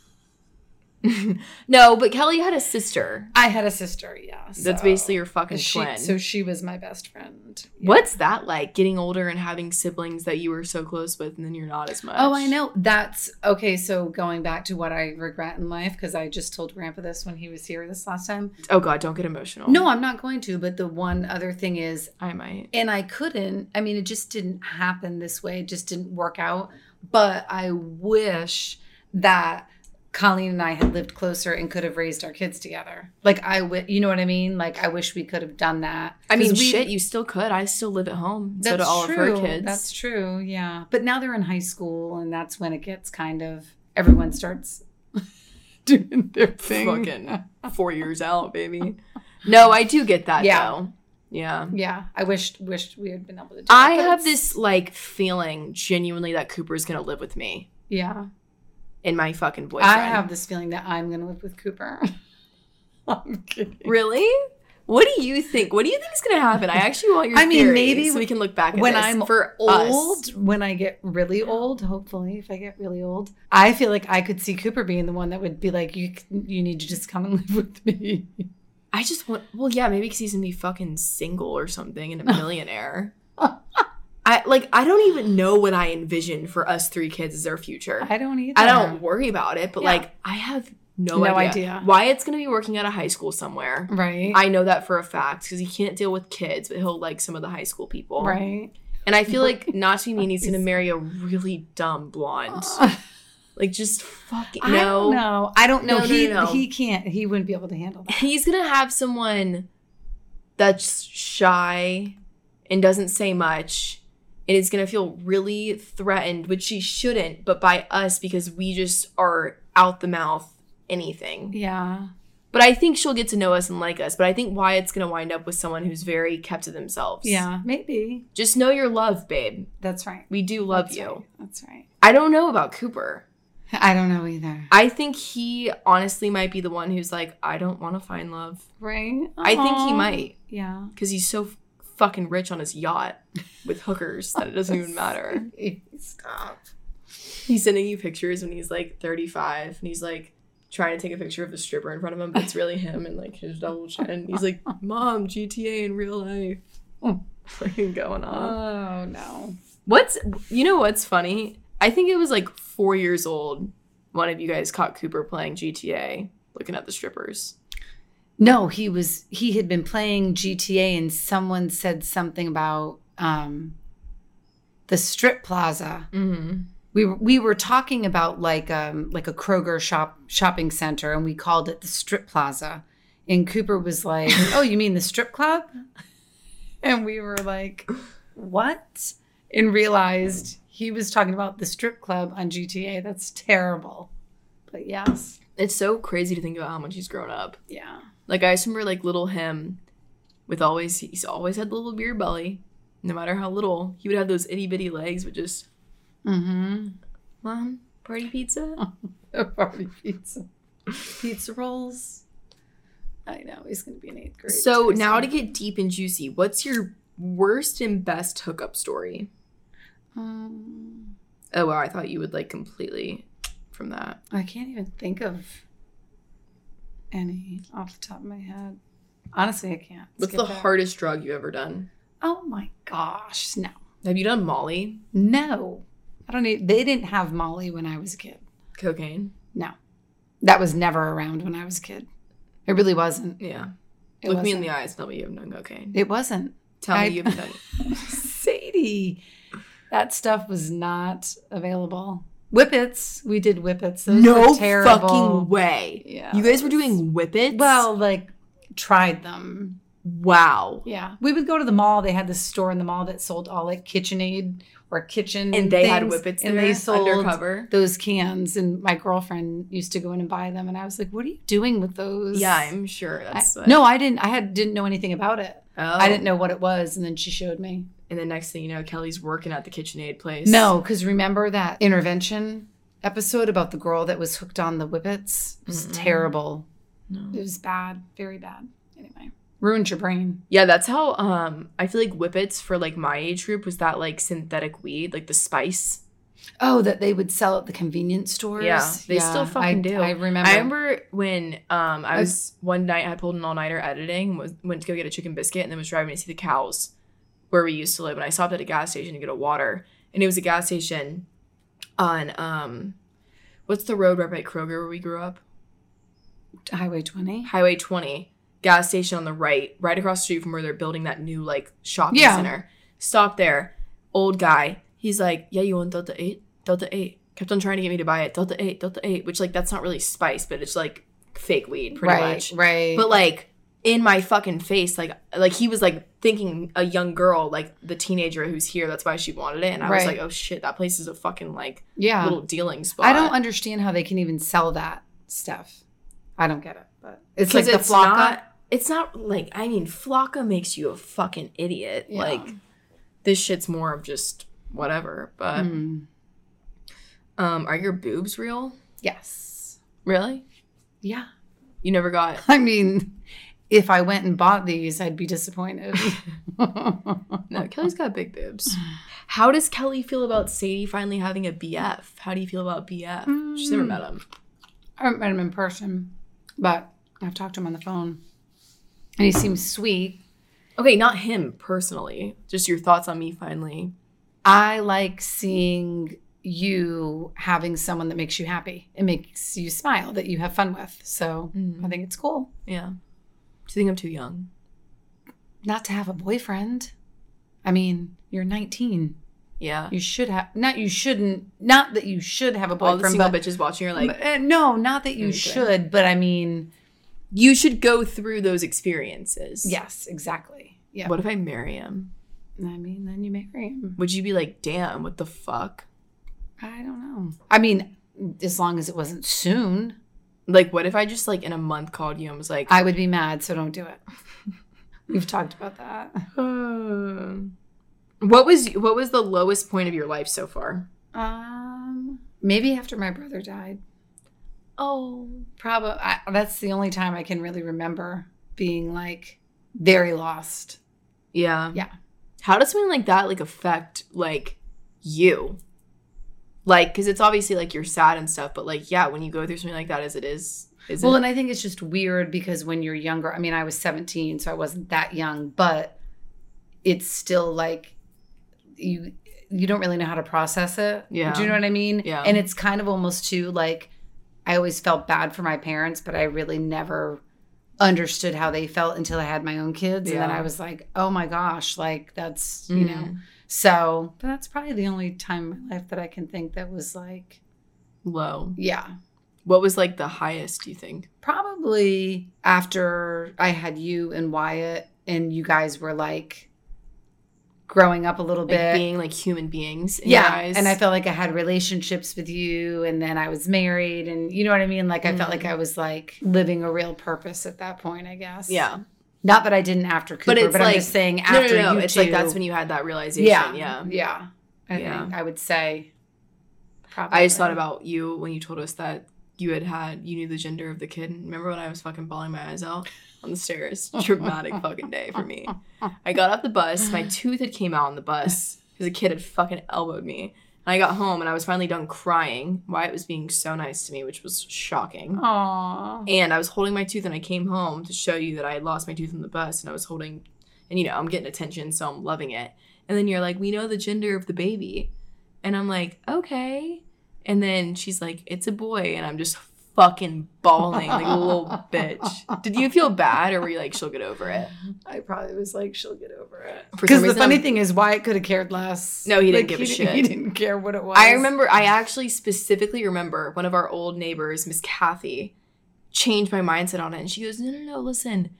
no, but Kelly had a sister.
I had a sister. Yeah,
That's
so-
basically your fucking
she,
twin.
So she was my best friend. Yeah.
What's that like? Getting older and having siblings that you were so close with, and then you're not as much.
Oh, I know. That's okay. So going back to what I regret in life, because I just told Grandpa this when he was here this last time.
Oh God, don't get emotional.
No, I'm not going to. But the one other thing is,
I might.
and I couldn't. I mean, it just didn't happen this way. It just didn't work out. But I wish that Colleen and I had lived closer and could have raised our kids together. Like I would, you know what I mean? Like I wish we could have done that.
I mean,
'Cause we-
shit, you still could. I still live at home. so
That's
do all
true.
of her kids.
That's true. Yeah. But now they're in high school, and that's when it gets kind of everyone starts doing their thing.
fucking four years out, baby. No, I do get that
Yeah.
though. Yeah.
Yeah. I wished wished we had been able to. do
I
it, but
have
it's-
this like feeling genuinely that Cooper's gonna live with me
Yeah.
and my fucking boyfriend.
I have this feeling that I'm going to live with Cooper. I'm kidding.
Really? What do you think? What do you think is going to happen? I actually want your.
I mean,
theories
maybe
so we can look back at
when
this.
I'm
for us.
old, when I get really old, hopefully, if I get really old, I feel like I could see Cooper being the one that would be like, "You, c- you need to just come and live with me."
I just want. Well, yeah, maybe because he's gonna be fucking single or something and a millionaire. I like. I don't even know what I envision for us three kids as our future.
I don't either.
I don't worry about it, but
Yeah.
like, I have no,
No
idea.
idea.
Wyatt's gonna be working at a high school somewhere.
Right.
I know that for a fact because he can't deal with kids, but he'll like some of the high school people.
right.
And I feel like Nachi Nini's gonna marry a really dumb blonde. Like just fucking
I don't
no.
know. I don't know.
No, no,
he
no, no.
he can't. He wouldn't be able to handle that.
He's gonna have someone that's shy and doesn't say much and is gonna feel really threatened, which she shouldn't, but by us because we just are out the mouth anything.
Yeah.
But I think she'll get to know us and like us. But I think Wyatt's gonna wind up with someone who's very kept to themselves.
Yeah. Maybe.
Just know your love, babe.
That's right.
We do love
That's
you.
right. That's right.
I don't know about Cooper.
I don't know either.
I think he honestly might be the one who's like, I don't want to find love.
Right.
I think he
Aw.
might
Yeah.
because he's so f- fucking rich on his yacht with hookers that it doesn't even matter.
Stop.
He's sending you pictures when he's like 35 and he's like trying to take a picture of a stripper in front of him, but it's really him and like his double chin. And he's like, Mom, GTA in real life. Fucking going on.
Oh no.
What's, you know what's funny? I think it was like four years old. One of you guys caught Cooper playing GTA, looking at the strippers.
No, he was he had been playing GTA and someone said something about um the strip plaza.
Mm-hmm.
We were, we were talking about like um like a Kroger shop shopping center and we called it the strip plaza. And Cooper was like, "Oh, you mean the strip club?" And we were like, "What?" And realized he was talking about the strip club on GTA. That's terrible. But yes.
It's so crazy to think about how much he's grown up.
Yeah.
Like I just remember like little him, with always he's always had the little beer belly, no matter how little. He would have those itty bitty legs, with just
Mhm.
mom party pizza.
Oh, Party pizza. Pizza rolls. I know, he's going to be an eighth grade.
So now to get deep and juicy, what's your worst and best hookup story?
Um,
Oh wow, I thought you would like completely from that.
I can't even think of any off the top of my head. Honestly, I can't.
What's the
Skip that.
hardest drug you've ever done?
Oh my gosh. No.
Have you done Molly?
No. I don't need. They didn't have Molly when I was a kid.
Cocaine?
No. That was never around when I was a kid. It really wasn't.
Yeah.
It
Look
wasn't.
me in the eyes and tell me you haven't done cocaine.
It wasn't.
Tell
I-
me you've done
Sadie. That stuff was not available. Whippets. We did whippets. Those were terrible.
way.
Yeah.
You guys were doing whippets?
Well, like tried them.
wow.
Yeah. We would go to the mall. They had this store in the mall that sold all like KitchenAid or kitchen.
And they had
things,
whippets
And
there
they sold
undercover.
those cans. And my girlfriend used to go in and buy them. And I was like, what are you doing with those?
Yeah, I'm sure
I-
that's what-
no, I didn't. I had didn't know anything about it.
Oh.
I didn't know what it was, and then she showed me.
And the next thing you know, Kelly's working at the KitchenAid place.
No, because remember that intervention episode about the girl that was hooked on the whippets? It was terrible. It was bad, very bad. Anyway, ruined your brain.
Yeah, that's how um I feel like whippets for like my age group was that like synthetic weed, like the spice.
Oh, that they would sell at the convenience stores.
Yeah, they still fucking
I,
do.
I remember.
I remember when um I
I-
was one night I pulled an all nighter editing, was went to go get a chicken biscuit, and then was driving to see the cows where we used to live. And I stopped at a gas station to get a water, and it was a gas station on um what's the road right by Kroger where we grew up?
Highway 20.
Highway 20 gas station on the right, right across the street from where they're building that new like shopping
Yeah.
center. Stop there. Old guy. He's like, "Yeah, you want Delta 8? Delta 8." Kept on trying to get me to buy it. Delta 8, Delta 8, which like that's not really spice, but it's like fake weed pretty
right,
much.
right.
But like in my fucking face, like like he was like thinking a young girl, like the teenager who's here, that's why she wanted it. And I was
Right.
like, "Oh shit, that place is a fucking like
yeah.
little dealing spot."
I don't understand how they can even sell that stuff. I don't get it. But it's like
Because it's
the Flocka.
Not, it's not like I mean, Flocka makes you a fucking idiot.
Yeah.
Like this shit's more of just whatever. But
Mm.
um, are your boobs real?
Yes.
Really?
Yeah.
You never got
I mean, if I went and bought these, I'd be disappointed.
no. Kelly's got big boobs. How does Kelly feel about Sadie finally having a BF? How do you feel about BF? She's never met him.
Mm. I haven't met him in person, but I've talked to him on the phone. And he seems sweet.
Okay, not him personally. Just your thoughts on me finally.
I like seeing you having someone that makes you happy. It makes you smile that you have fun with. So I think it's cool.
Yeah. Do you think I'm too young?
Not to have a boyfriend. I mean, you're 19.
Yeah.
You should have not you shouldn't not that you should have a
All the
boyfriend
single
but
bitches watching are like, Mm,
Uh, no, not that you
Okay.
should, but I mean,
you should go through those experiences.
yes, exactly. Yeah.
What if I marry him?
I mean, then you marry him.
Would you be like, damn, what the fuck?
I don't know. I mean, as long as it wasn't soon,
Like, what if I just like in a month called you and was like,
I would be mad, so don't do it. We've talked about that.
Um, what was what was the lowest point of your life so far?
Um, maybe after my brother died.
Oh,
Probably that's the only time I can really remember being like very lost.
yeah,
Yeah.
How does something like that like affect like you? Like, because it's obviously like you're sad and stuff, but like, yeah, when you go through something like that, as it is, is
Well,
it?
and I think it's just weird because when you're younger, I mean, I was 17, so I wasn't that young, but it's still like you you don't really know how to process it.
Yeah.
Do you know what I mean?
Yeah.
And it's kind of almost too like I always felt bad for my parents, but I really never understood how they felt until I had my own kids. And then
Yeah.
I was like, oh my gosh, like that's you know.
Mm.
So but that's probably the only time in my life that I can think that was like,
low.
yeah.
What was like the highest? Do you think?
probably after I had you and Wyatt, and you guys were like growing up a little
Like
bit.
being like human beings. In
yeah.
Your eyes?
And I felt like I had relationships with you, and then I was married, and you know what I mean? Like, I felt
Mhm.
like I was like living a real purpose at that point, I guess.
yeah.
Not that I didn't after Cooper, but,
it's
I'm
like-
just saying
No,
after
no, no.
you
It's
two,
like that's when you had that realization.
yeah.
yeah.
Yeah. I
Yeah.
think I would say probably.
I just thought about you when you told us that you had had you knew the gender of the kid. Remember when I was fucking bawling my eyes out on the stairs? Dramatic fucking day for me. I got off the bus. My tooth had came out on the bus because a kid had fucking elbowed me. And I got home and I was finally done crying. Wyatt was being so nice to me, which was shocking.
Aww.
And I was holding my tooth and I came home to show you that I had lost my tooth on the bus and I was holding and you know, I'm getting attention, so I'm loving it. And then you're like, We know the gender of the baby. And I'm like, Okay. And then she's like, It's a boy and I'm just fucking bawling like a little bitch. Did you feel bad or were you like, She'll get over it?
I probably was like, she'll get over it.
For some
Because the
reason,
funny
I'm-
thing is, Wyatt could have cared less.
No, he didn't give a
he, di-
shit.
He didn't care what it was.
I remember I actually specifically remember one of our old neighbors, Miss Kathy, changed my mindset on it and she goes, No, no, no, listen.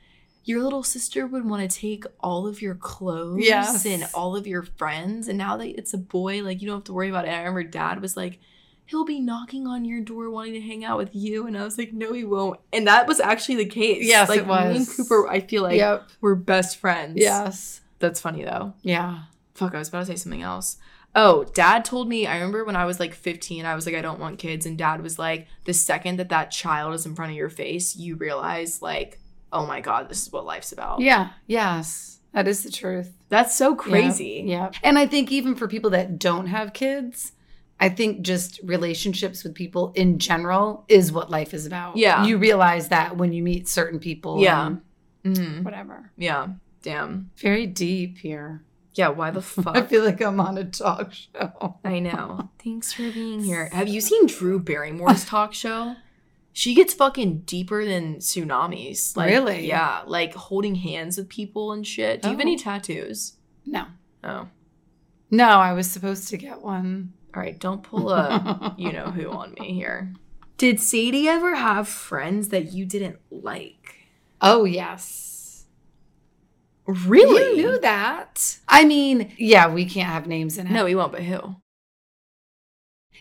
Your little sister would want to take all of your clothes
Yes.
and all of your friends. And now that it's a boy, like you don't have to worry about it. I remember dad was like, He'll be knocking on your door wanting to hang out with you. And I was like, No, he won't. And that was actually the case.
Yes,
Like
it
me and
was.
Cooper, I feel like
yep.
we're best friends.
Yes.
That's funny though
Yeah.
fuck, I was about to say something else. Oh, dad told me, I remember when I was like 15, I was like, I don't want kids. And dad was like, the second that that child is in front of your face, you realize, like, oh my God, this is what life's about.
Yeah. Yes. That is the truth.
That's so crazy.
Yeah. And I think even for people that don't have kids, I think just relationships with people in general is what life is about.
Yeah.
You realize that when you meet certain people.
Yeah.
and
Mhm.
Whatever.
Yeah. Damn.
Very deep here.
Yeah. Why the
I
fuck?
feel like I'm on a talk show.
I know. Thanks for being here. Have you seen Drew Barrymore's talk show? She gets fucking deeper than tsunamis. Like,
Really?
Yeah. Like holding hands with people and shit. Do you have any
Oh.
tattoos?
No.
Oh.
No, I was supposed to get one.
All right. Don't pull a. you know who on me here. Did Sadie ever have friends that you didn't like?
Oh yes.
Really?
You knew that. I mean, yeah, we can't have names in it.
No, we won't, but who?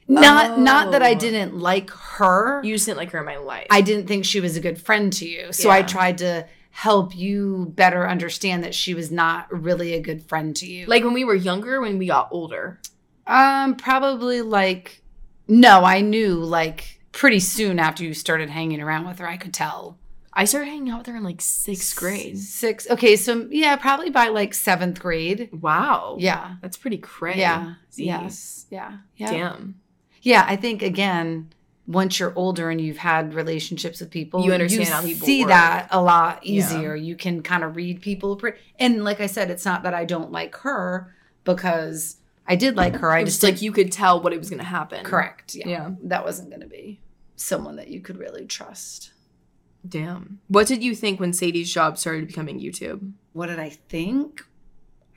Not not that I
Oh.
didn't like her.
You just didn't like her in my life.
I didn't think she was a good friend to you. So I
Yeah.
tried to help you better understand that she was not really a good friend to you.
like when we were younger, when we got older.
um probably like no, I knew like pretty soon after you started hanging around with her, I could tell.
I started hanging out with her in like sixth grade.
Six. Okay, so yeah, probably by like seventh grade.
Wow.
Yeah.
That's pretty crazy.
Yeah. Yes. Yeah. Yeah.
Damn.
Yeah, I think again, once you're older and you've had relationships with people,
You understand how people
see
work.
that a lot
Yeah.
easier. You can kind of read people, pre- and like I said, it's not that I don't like her because I did like her. I
It's
just
like
didn't-
you could tell what it was going to happen.
correct. Yeah.
Yeah.
That wasn't going to be someone that you could really trust.
Damn. What did you think when Sadie's job started becoming YouTube?
What did I think?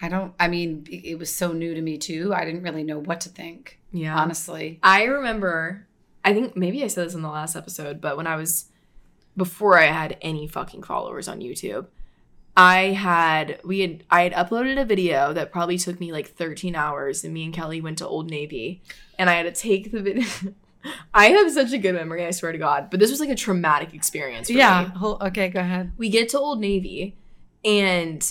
I don't I mean it it was so new to me too. I didn't really know what to think,
Yeah.
honestly.
I remember, I think maybe I said this in the last episode, but when I was, before I had any fucking followers on YouTube, I had, we had, I had uploaded a video that probably took me like 13 hours, and me and Kelly went to Old Navy, and I had to take the video. I have such a good memory, I swear to God, but this was like a traumatic experience for me.
okay, go ahead.
We get to Old Navy, and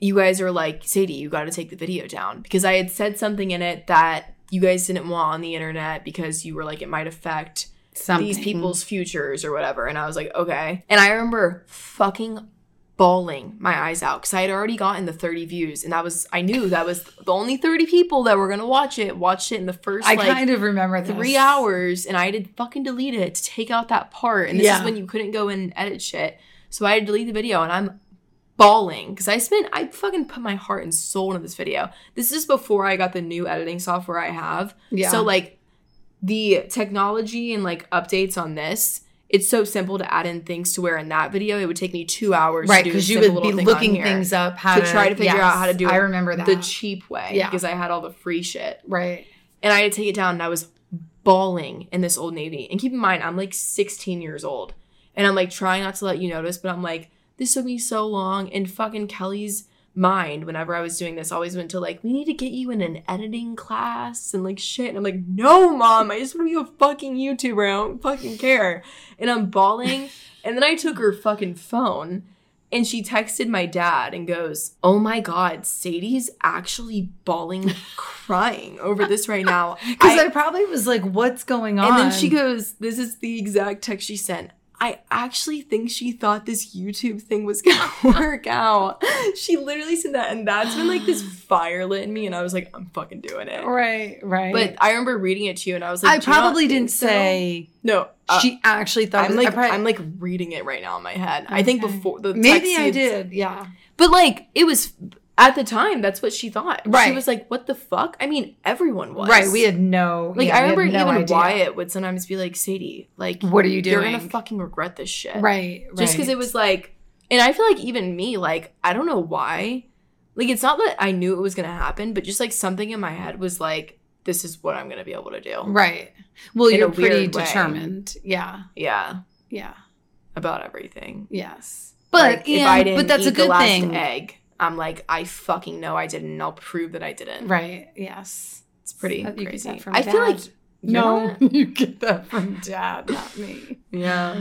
you guys are like, Sadie, you got to take the video down because I had said something in it that you guys didn't want on the internet because you were like, it might affect
Something.
these people's futures or whatever. And I was like, okay. And I remember fucking bawling my eyes out because I had already gotten the 30 views, and that was, I knew that was the only 30 people that were gonna watch it. Watched it in the first
I
like
kind of remember this.
three hours and I had to fucking delete it to take out that part. And this is
Yeah.
when you couldn't go in and edit shit. So I had to delete the video and I'm bawling because I spent, I fucking put my heart and soul into this video. This is before I got the new editing software I have.
Yeah.
So like the technology and like updates on this. It's so simple to add in things to where in that video it would take me two hours to
right
do a
because you
simple
would be
little thing on
looking
here
things up how
to try to figure out how to
yes,
do it
I remember that.
the cheap way
Yeah.
because I had all the free shit
right.
and I had to take it down and I was bawling in this old navy. And keep in mind, I'm like 16 years old. And I'm like trying not to let you notice, but I'm like, this took me so long. And fucking Kelly's mind, whenever I was doing this, always went to like, we need to get you in an editing class and like shit. And I'm like, no, mom, I just want to be a fucking YouTuber. I don't fucking care. And I'm bawling. and then I took her fucking phone. And she texted my dad and goes, Oh my God, Sadie's actually bawling, crying over this right now.
Because
I-
I, probably was like, "What's going on?"
and then she goes, This is the exact text she sent. I actually think she thought this YouTube thing was gonna work out. She literally sent that, and that's when like this fire lit in me, and I was like, I'm fucking doing it.
"Right, right."
But I remember reading it to you, and I was
I
like, "Do you not
probably
think
didn't
so?"
say
no. uh,
she actually thought.
I'm
it was- I
like
probably-
I'm like reading it right now in my head. I think
Okay.
before the
maybe
text
I
you-
did. Yeah,
but like it was at the time. That's what she thought. she
Right.
was like, "What the fuck?" I mean, everyone was
right. We had no.
like
yeah,
I
we had
remember
no
even
idea.
Wyatt would sometimes be like, "Sadie, like
What are you
you're
doing?
gonna fucking regret this shit.
right, right.
Just because it was like, and I feel like even me, like, I don't know why. Like, it's not that I knew it was gonna happen, but just like something in my head was like, this is what I'm gonna be able to do.
right. Well,
in a
you're pretty
weird way.
determined. Yeah,
Yeah,
yeah,
about everything.
yes. But
Like,
and, but that's
eat
a good
the last
thing,
egg, I'm like, I fucking know I didn't. and I'll prove that I didn't.
right? Yes.
It's pretty
That you get
crazy.
that from
I feel like
dad.
you're
no,
not-
you get that from dad, not me.
yeah.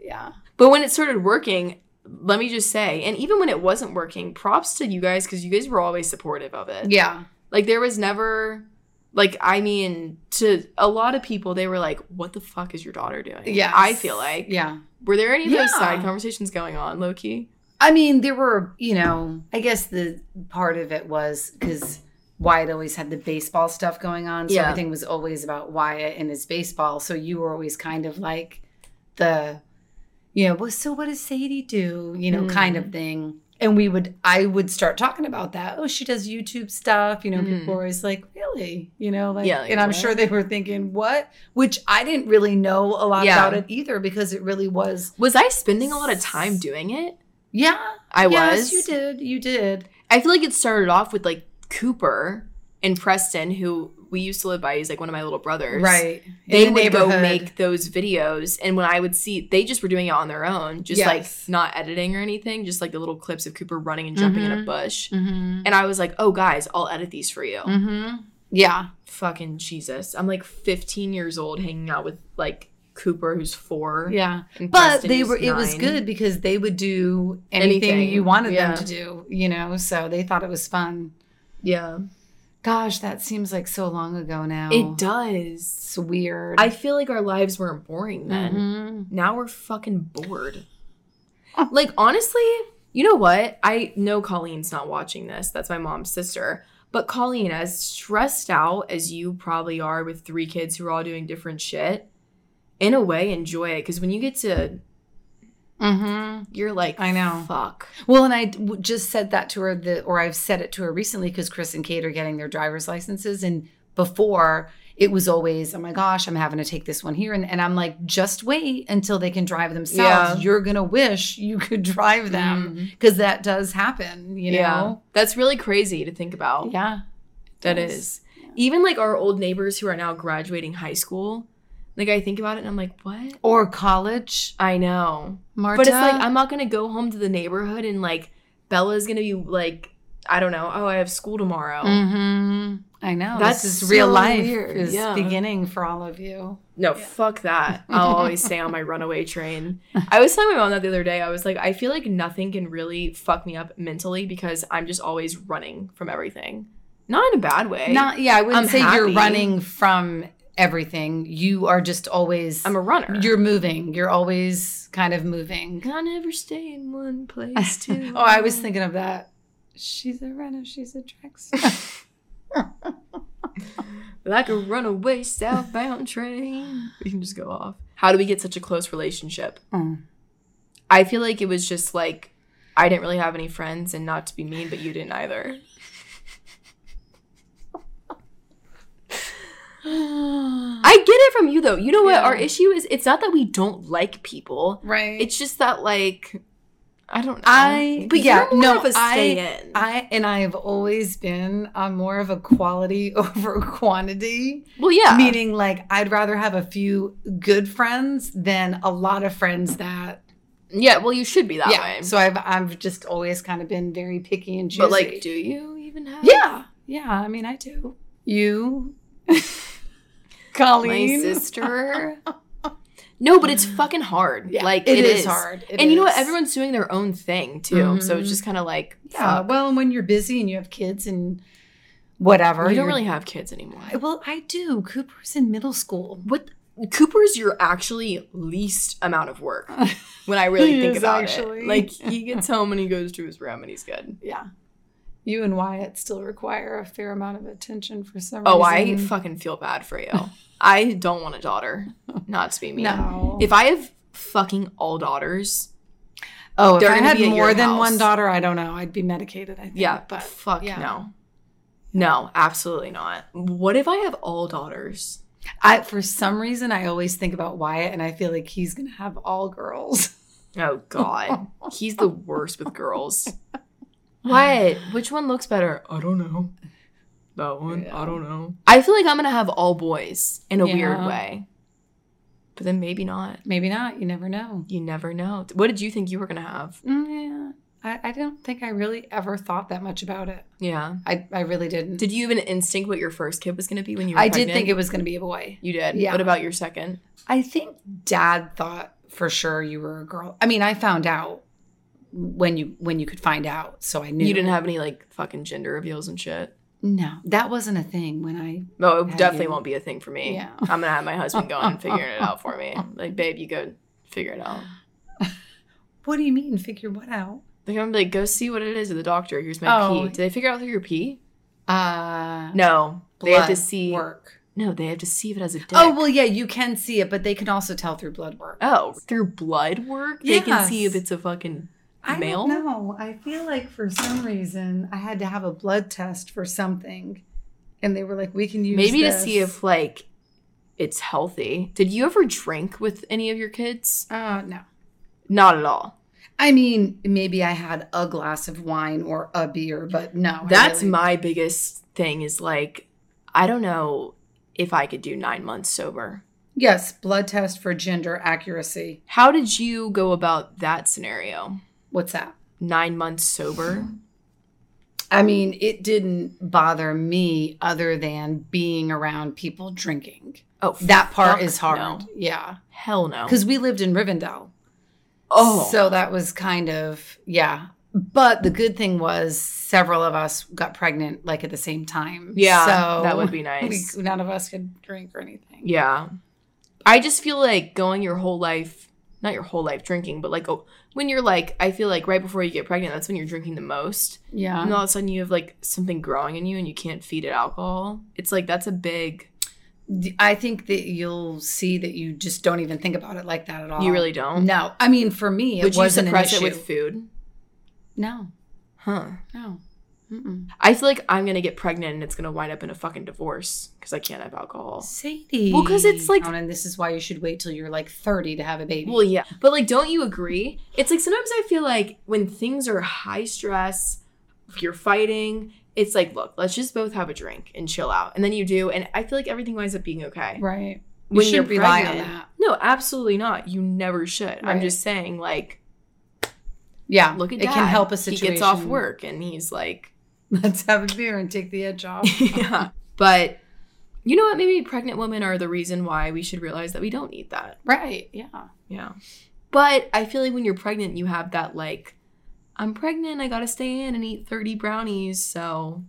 Yeah.
But when it started working, let me just say, and even when it wasn't working, props to you guys because you guys were always supportive of it.
Yeah.
Like there was never like I mean to a lot of people they were like what the fuck is your daughter doing?
Yeah.
I feel like
Yeah.
were there any of those
Yeah.
side conversations going on low key?
I mean, there were, you know, I guess the part of it was because Wyatt always had the baseball stuff going on. So
Yeah.
everything was always about Wyatt and his baseball. So you were always kind of like the, you know, well, so what does Sadie do? You know, kind
Mm.
of thing. And we would, I would start talking about that. Oh, she does YouTube stuff. You know, people were always like, really? You know, like,
Mm. Yeah, like,
and I'm
what?
sure they were thinking, what? Which I didn't really know a lot
Yeah.
about it either because it really was,
Was I spending a lot of time doing it?
yeah.
I
yes,
was.
you did. You did.
I feel like it started off with like Cooper and Preston who we used to live by. He's like one of my little brothers.
right
They
In the
would go
neighborhood.
make those videos, and when I would see, they just were doing it on their own, just
Yes.
like not editing or anything, just like the little clips of Cooper running and jumping in a
Mhm.
bush.
Mhm.
And I was like, "Oh, guys, I'll edit these for you."
Mhm. yeah
fucking Jesus. I'm like 15 years old hanging out with like Cooper, who's four.
yeah
and
but
Preston,
they
who's
were it was
nine.
good because they would do anything,
Anything.
you wanted
Yeah.
them to do you know so they thought it was fun
Yeah.
gosh that seems like so long ago now
It does.
it's weird
I feel like our lives weren't boring then.
Mhm.
Now we're fucking bored.
Oh.
like, honestly, you know what? I know Colleen's not watching this. That's my mom's sister. But Colleen, as stressed out as you probably are with three kids who are all doing different shit, in a way, enjoy it. Because when you get to
Mm-hmm.
You're like,
I know.
Fuck.
Well, and I w- just said that to her, the, or I've said it to her recently because Chris and Kate are getting their driver's licenses. And before, it was always, oh my gosh, I'm having to take this one here. And, and I'm like, just wait until they can drive themselves.
Yeah. Mm.
You're going to wish you could drive them because that does happen, you know?
That's really crazy to think about.
Yeah.
That
Yes.
is. Even like our old neighbors who are now graduating high school, like I think about it and I'm like, what?
Or college,
I know.
Marta.
But it's like, I'm not going to go home to the neighborhood and like Bella's going to be like, I don't know, oh, I have school tomorrow.
Mhm. I know.
That's
this is
so
real life
weird.
is
Yeah.
beginning for all of you.
No, fuck that. I'll always stay on my runaway train. I was telling my mom that the other day. I was like, I feel like nothing can really fuck me up mentally because I'm just always running from everything. Not in a bad way.
Not yeah, I wouldn't
I'm
say you're
happy.
running from everything. You are just always
I'm a runner.
you're moving. You're always kind of moving.
I never stay in one place too.
oh, I was thinking of that. She's a runner, she's a track star.
like a runaway southbound train. We can just go off. How do we get such a close relationship?
Mm.
I feel like it was just like I didn't really have any friends, and not to be mean, but you didn't either. I get it from you though. You know what
Yeah.
our issue is? It's not that we don't like people.
right.
It's just that like I don't know.
I-
but
yeah,
yeah, no,
no,
of a
I-
stay in.
I and I have always been on more of a quality over quantity.
well, yeah,
Meaning, like, I'd rather have a few good friends than a lot of friends that.
yeah. Well, you should be that
yeah.
way.
So I've I've just always kind of been very picky and choosy.
but like, do you even have?
yeah, yeah. I mean, I do. You,
my
Colleen,
sister. no, but it's fucking hard. Mm-hmm.
Yeah,
Like
it is, hard. It
and you know what?
is.
Everyone's doing their own thing too. So
Mhm.
it's just kind of like,
Yeah.
fuck.
Well, and when you're busy and you have kids and whatever,
you
you're-
don't really have kids anymore.
Well, I do. Cooper's in middle school.
What? Cooper's your actually least amount of work when I really
He
think
is
about
actually.
it. Like he gets home and he goes to his room and he's good.
Yeah. You and Wyatt still require a fair amount of attention for some
Oh, I
reason.
fucking feel bad for you. I don't want a daughter. Not to be mean.
No.
If I have fucking all daughters,
Oh, if
They're
I
gonna
had
be at
more
your
than
house.
one daughter, I don't know. I'd be medicated, I think.
yeah,
But
fuck
yeah.
no. No, absolutely not. What if I have all daughters?
I for some reason I always think about Wyatt and I feel like he's gonna have all girls.
Oh god. He's the worst with girls. What? Which one looks better? I don't know. That one,
Yeah.
I don't know. I feel like I'm gonna have all boys in a weird
Yeah.
way. But then maybe not.
Maybe not, you never know.
You never know. What did you think you were gonna have?
Mm, yeah. I, I don't think I really ever thought that much about it.
Yeah.
I, I really didn't.
Did you have an instinct what your first kid was going to be when you were
I did
pregnant?
think it was gonna be a boy.
You did?
Yeah.
What about your second?
I think dad thought for sure you were a girl. I mean, I found out when you when you could find out, so I knew
You didn't have any like fucking gender reveals and shit.
No, that wasn't a thing when I.
No, it
Have
definitely
you?
won't be a thing for me.
Yeah.
I'm going to have my husband going and figuring it out for me. Like, babe, you go figure it out.
What do you mean? Figure what out?
Like, I'm like, go see what it is at the doctor. Here's my
Oh.
pee. Did they figure out through your pee?
Uh,
No. They have to see.
work.
No, they have to see if it has a dick.
Oh well, yeah, you can see it, but they can also tell through blood work.
Oh, through blood work? They can see if
Yes.
it's a fucking.
I don't
male?
know. I feel like for some reason I had to have a blood test for something, and they were like, "We can use
Maybe to
this."
see if, like, it's healthy. Did you ever drink with any of your kids?
Uh, no.
Not at all.
I mean, maybe I had a glass of wine or a beer, but no. I
That's
Oh, really-
my biggest thing is like, I don't know if I could do nine months sober.
yes. Blood test for gender accuracy.
How did you go about that scenario?
What's that?
Nine months sober?
I mean, it didn't bother me other than being around people drinking.
Oh,
That part
fuck
is hard.
no.
Yeah.
Hell no.
Because we lived in Rivendell.
oh,
So that was kind of, yeah. But the good thing was several of us got pregnant like at the same time.
yeah,
So
that would be nice.
we- none of us could drink or anything.
yeah, I just feel like going your whole life, not your whole life drinking, but like oh, when you're like, I feel like right before you get pregnant, that's when you're drinking the most,
Yeah.
and all of a sudden you have like something growing in you and you can't feed it alcohol. It's like that's a big
I think that you'll see that you just don't even think about it like that at all.
You really don't?
No. I mean, for me, it
Would you
wasn't
suppress
an
it
issue.
with food?
no,
Huh.
no. Mm-mm.
I feel like I'm gonna get pregnant and it's gonna wind up in a fucking divorce because I can't have alcohol.
Sadie.
Oh. Well, 'cause it's like-
Oh, and this is why you should wait till you're like 30 to have a baby.
Well, yeah. But like, don't you agree? It's like sometimes I feel like when things are high stress, if you're fighting, it's like, look, let's just both have a drink and chill out. And then you do, and I feel like everything winds up being okay.
right. You
When you're
shouldn't rely on
pregnant-
that.
No, absolutely not. You never should. I'm
Right.
just saying, like,
Yeah.
look at
it
dad.
can help a situation.
He gets off work and he's like,
Let's have a beer and take the edge off.
yeah. But you know what? Maybe pregnant women are the reason why we should realize that we don't need that.
right. Yeah.
Yeah. But I feel like when you're pregnant, you have that like, I'm pregnant, I gotta stay in and eat 30 brownies. So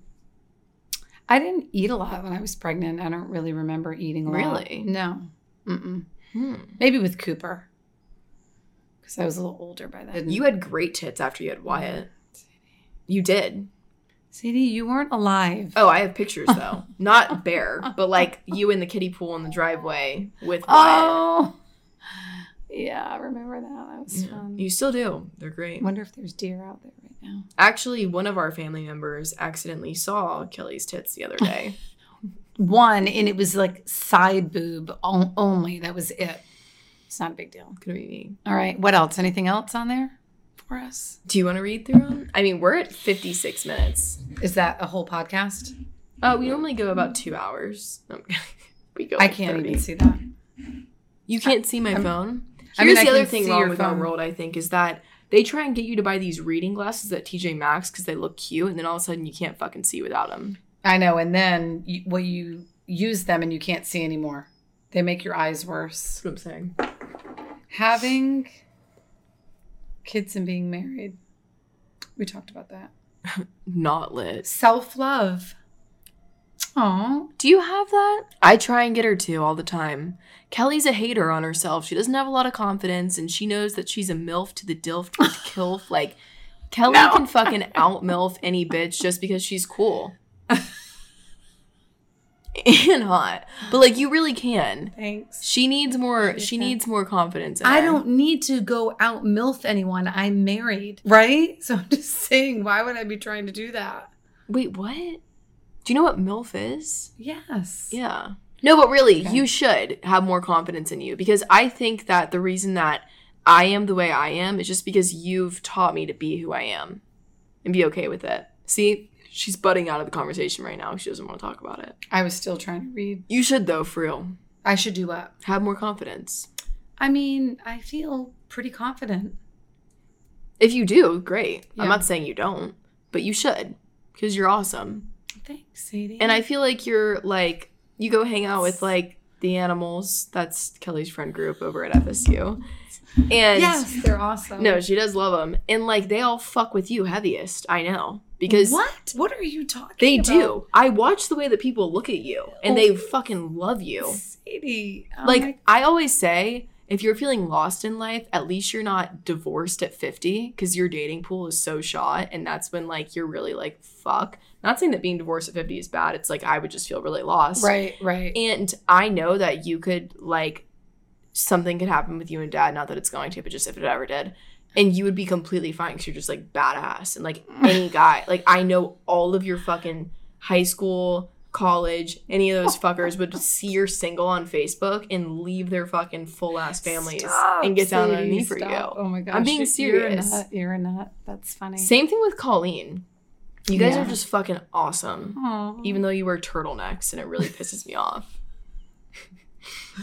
I didn't eat a lot when I was pregnant. I don't really remember eating a lot.
Really?
No. Mm-mm.
hmm.
Maybe with Cooper. Because I was a little older by then.
you had great tits after you had Wyatt. You did.
Sadie, you weren't alive.
Oh, I have pictures though. Not bare, but like you in the kiddie pool in the driveway with Wyatt.
Oh. Yeah, I remember that. That was
Yeah.
fun.
You still do. They're great.
I wonder if there's deer out there right now.
Actually, one of our family members accidentally saw Kelly's tits the other day.
One, and it was like side boob on- only. That was it. It's not a big deal.
Could be me.
All right. What else? Anything else on there for us?
Do you want to read through them? I mean, we're at 56 minutes.
Is that a whole podcast?
Uh, we normally go about two hours. No, I'm kidding. we go.
I
like
can't
30.
even see that.
You can't see my phone. Here's
I mean, I
the other
can
thing
see
wrong
your
with
phone.
our world. I think is that they try and get you to buy these reading glasses at TJ Maxx because they look cute, and then all of a sudden you can't fucking see without them.
I know. And then you, well, you use them and you can't see anymore. They make your eyes worse.
That's what I'm saying.
Having kids and being married. We talked about that.
Not lit.
Self love. Oh,
Do you have that? I try and get her to all the time. Kelly's a hater on herself. She doesn't have a lot of confidence, and she knows that she's a milf to the dilf to the kilf. Like Kelly
No.
can fucking out milf any bitch just because she's cool and hot. But like you really can.
thanks.
She needs more. She
Okay.
needs more confidence. in
I
her.
don't need to go out MILF anyone. I'm married. Right? So I'm just saying, why would I be trying to do that?
Wait, what? Do you know what milf is?
Yes.
Yeah. No, but really,
Okay.
you should have more confidence in you because I think that the reason that I am the way I am is just because you've taught me to be who I am and be okay with it. See, she's butting out of the conversation right now. She doesn't want to talk about it.
I was still trying to read.
You should, though, for real.
I should do what?
Have more confidence.
I mean, I feel pretty confident.
If you do, great. I'm
Yeah.
not saying you don't, but you should because you're awesome.
Thanks, Sadie.
And I feel like you're like, you go hang out with like the animals. That's Kelly's friend group over at FSU. And
yes, they're awesome.
No, she does love them, and like they all fuck with you heaviest. I know because
what? What are you talking?
they
about? Oh.
do. I watch the way that people look at you, and they fucking love you.
Sadie. oh
like
my-
I always say, if you're feeling lost in life, at least you're not divorced at 50 because your dating pool is so shot, and that's when like you're really like fuck. Not saying that being divorced at 50 is bad. It's like I would just feel really lost.
right, right.
And I know that you could like something could happen with you and dad, not that it's going to, but just if it ever did. And you would be completely fine because you're just like badass and like any guy. Like I know all of your fucking high school, college, any of those fuckers would see your single on Facebook and leave their fucking full ass families
Stop,
and get down on a
Sadie,
knee for
stop.
you.
Oh my gosh,
being
you're-
serious.
You're a nut. You're a nut. That's funny.
Same thing with Colleen. You guys
Yeah.
are just fucking awesome.
Aw.
even though you wear turtlenecks and it really pisses me off.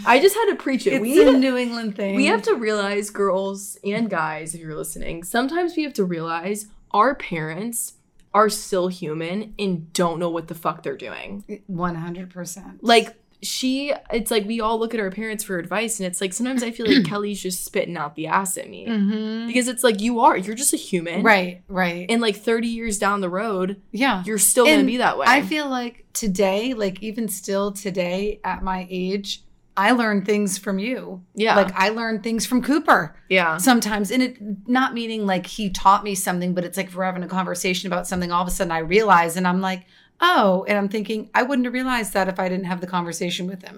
I just had to preach it.
it's
we
a New England thing.
we have to realize girls and guys if you're listening, sometimes we have to realize our parents are still human and don't know what the fuck they're doing.
one hundred percent.
Like she it's like we all look at our parents for advice and it's like sometimes I feel like Kelly's just spitting out the ass at me.
Mm-hmm.
Because it's like you are, you're just a human.
Right, right.
And like 30 years down the road,
yeah.
you're still going to
And
be that way.
I feel like today, like even still today at my age, I learn things from you.
yeah.
Like I learned things from Cooper.
yeah.
sometimes and it not meaning like he taught me something but it's like if we're having a conversation about something all of a sudden i realize and i'm like oh, and I'm thinking, I wouldn't have realized that if I didn't have the conversation with him.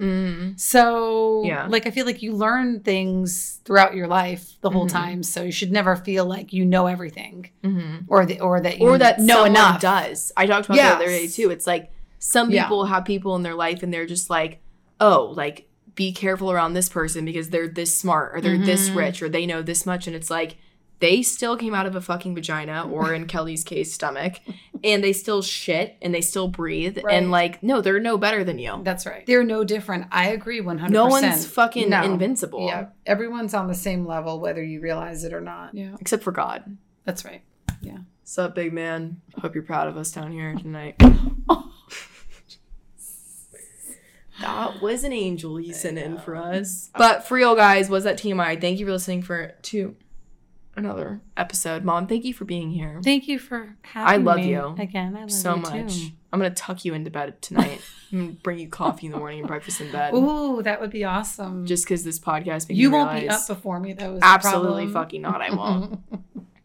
Mm.
So,
Yeah.
like, I feel like you learn things throughout your life the whole
Mhm.
time. So you should never feel like you know everything,
Mm-hmm.
or the or that you
or that
know
someone
enough.
does. I talked about
Yes.
the other day too. It's like some
Yeah.
people have people in their life and they're just like, oh, like be careful around this person because they're this smart or they're this
Mhm.
rich or they know this much, and it's like they still came out of a fucking vagina or in Kelly's case stomach, and they still shit and they still breathe
Right.
and like no, they're no better than you.
That's right. They're no different. I agree one hundred.
No one's fucking invincible
Yeah, everyone's on the same level, whether you realize it or not. Yeah,
except for God.
that's right.
Sup, big man. Hope you're proud of us down here tonight. that was an angel he sent in for us. But for real, guys, was that TMI? Thank you for listening for to another episode, Mom. Thank you for being here
Thank you for having
I love
me
you
again. I love
so
you
much. I'm gonna tuck you into bed tonight. I'm gonna bring you coffee in the morning and breakfast in bed.
Too. Ooh, that would be awesome.
Just because this podcast made
you
me
won't be
realize-
up before me. That was the
Absolutely
problem.
fucking not. I won't.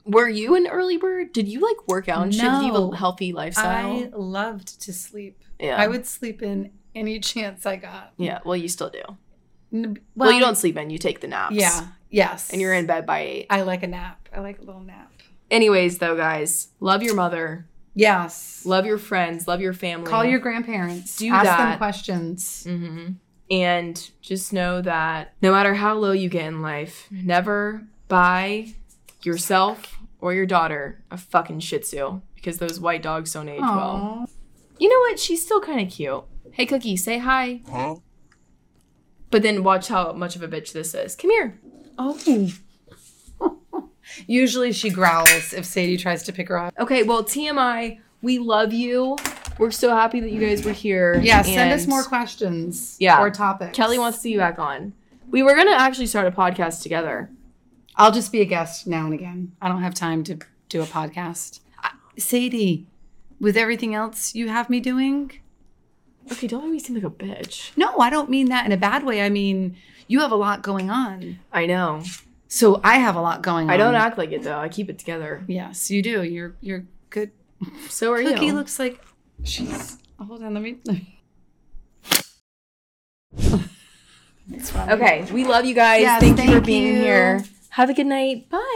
Were you an early bird? Did you like work out and shit? Did you
No.
have a healthy lifestyle?
I loved to sleep.
yeah.
I would sleep in any chance I got.
yeah. Well, you still do.
N-
Well, you don't sleep in, you take the naps.
Yeah. Yes.
And you're in bed by eight.
I like a nap. I like a little nap.
Anyways, though, guys, love your mother,
Yes.
love your friends, love your family.
Call your grandparents.
Do
Ask
that.
them questions.
hmm And just know that no matter how low you get in life,
Mm.
never buy yourself or your daughter a fucking Shih Tzu because those white dogs don't age well.
Aw.
You know what? She's still kind of cute. Hey, Cookie, say hi. But then watch how much of a bitch this is. Come here.
Oh. Usually she growls if Sadie tries to pick her up.
Okay, well, TMI, we love you. We're so happy that you guys were here.
Yeah, send us
And
more questions.
Yeah.
Or topics.
Kelly wants to see you back on. We were gonna actually start a podcast together.
I'll just be a guest now and again. I don't have time to do a podcast. I- Sadie, with everything else you have me doing,
Okay, don't make me seem like a bitch.
no, I don't mean that in a bad way. I mean, you have a lot going on.
I know.
So I have a lot going on.
I don't act like it though. I keep it together.
Yes, you do. You're you're good.
So are
Cookie
you.
looks like she's. Hold on, let me. Let me. That's funny.
okay, we love you guys.
Yes,
thank, you for
thank
being
you.
here. Have a good night. Bye.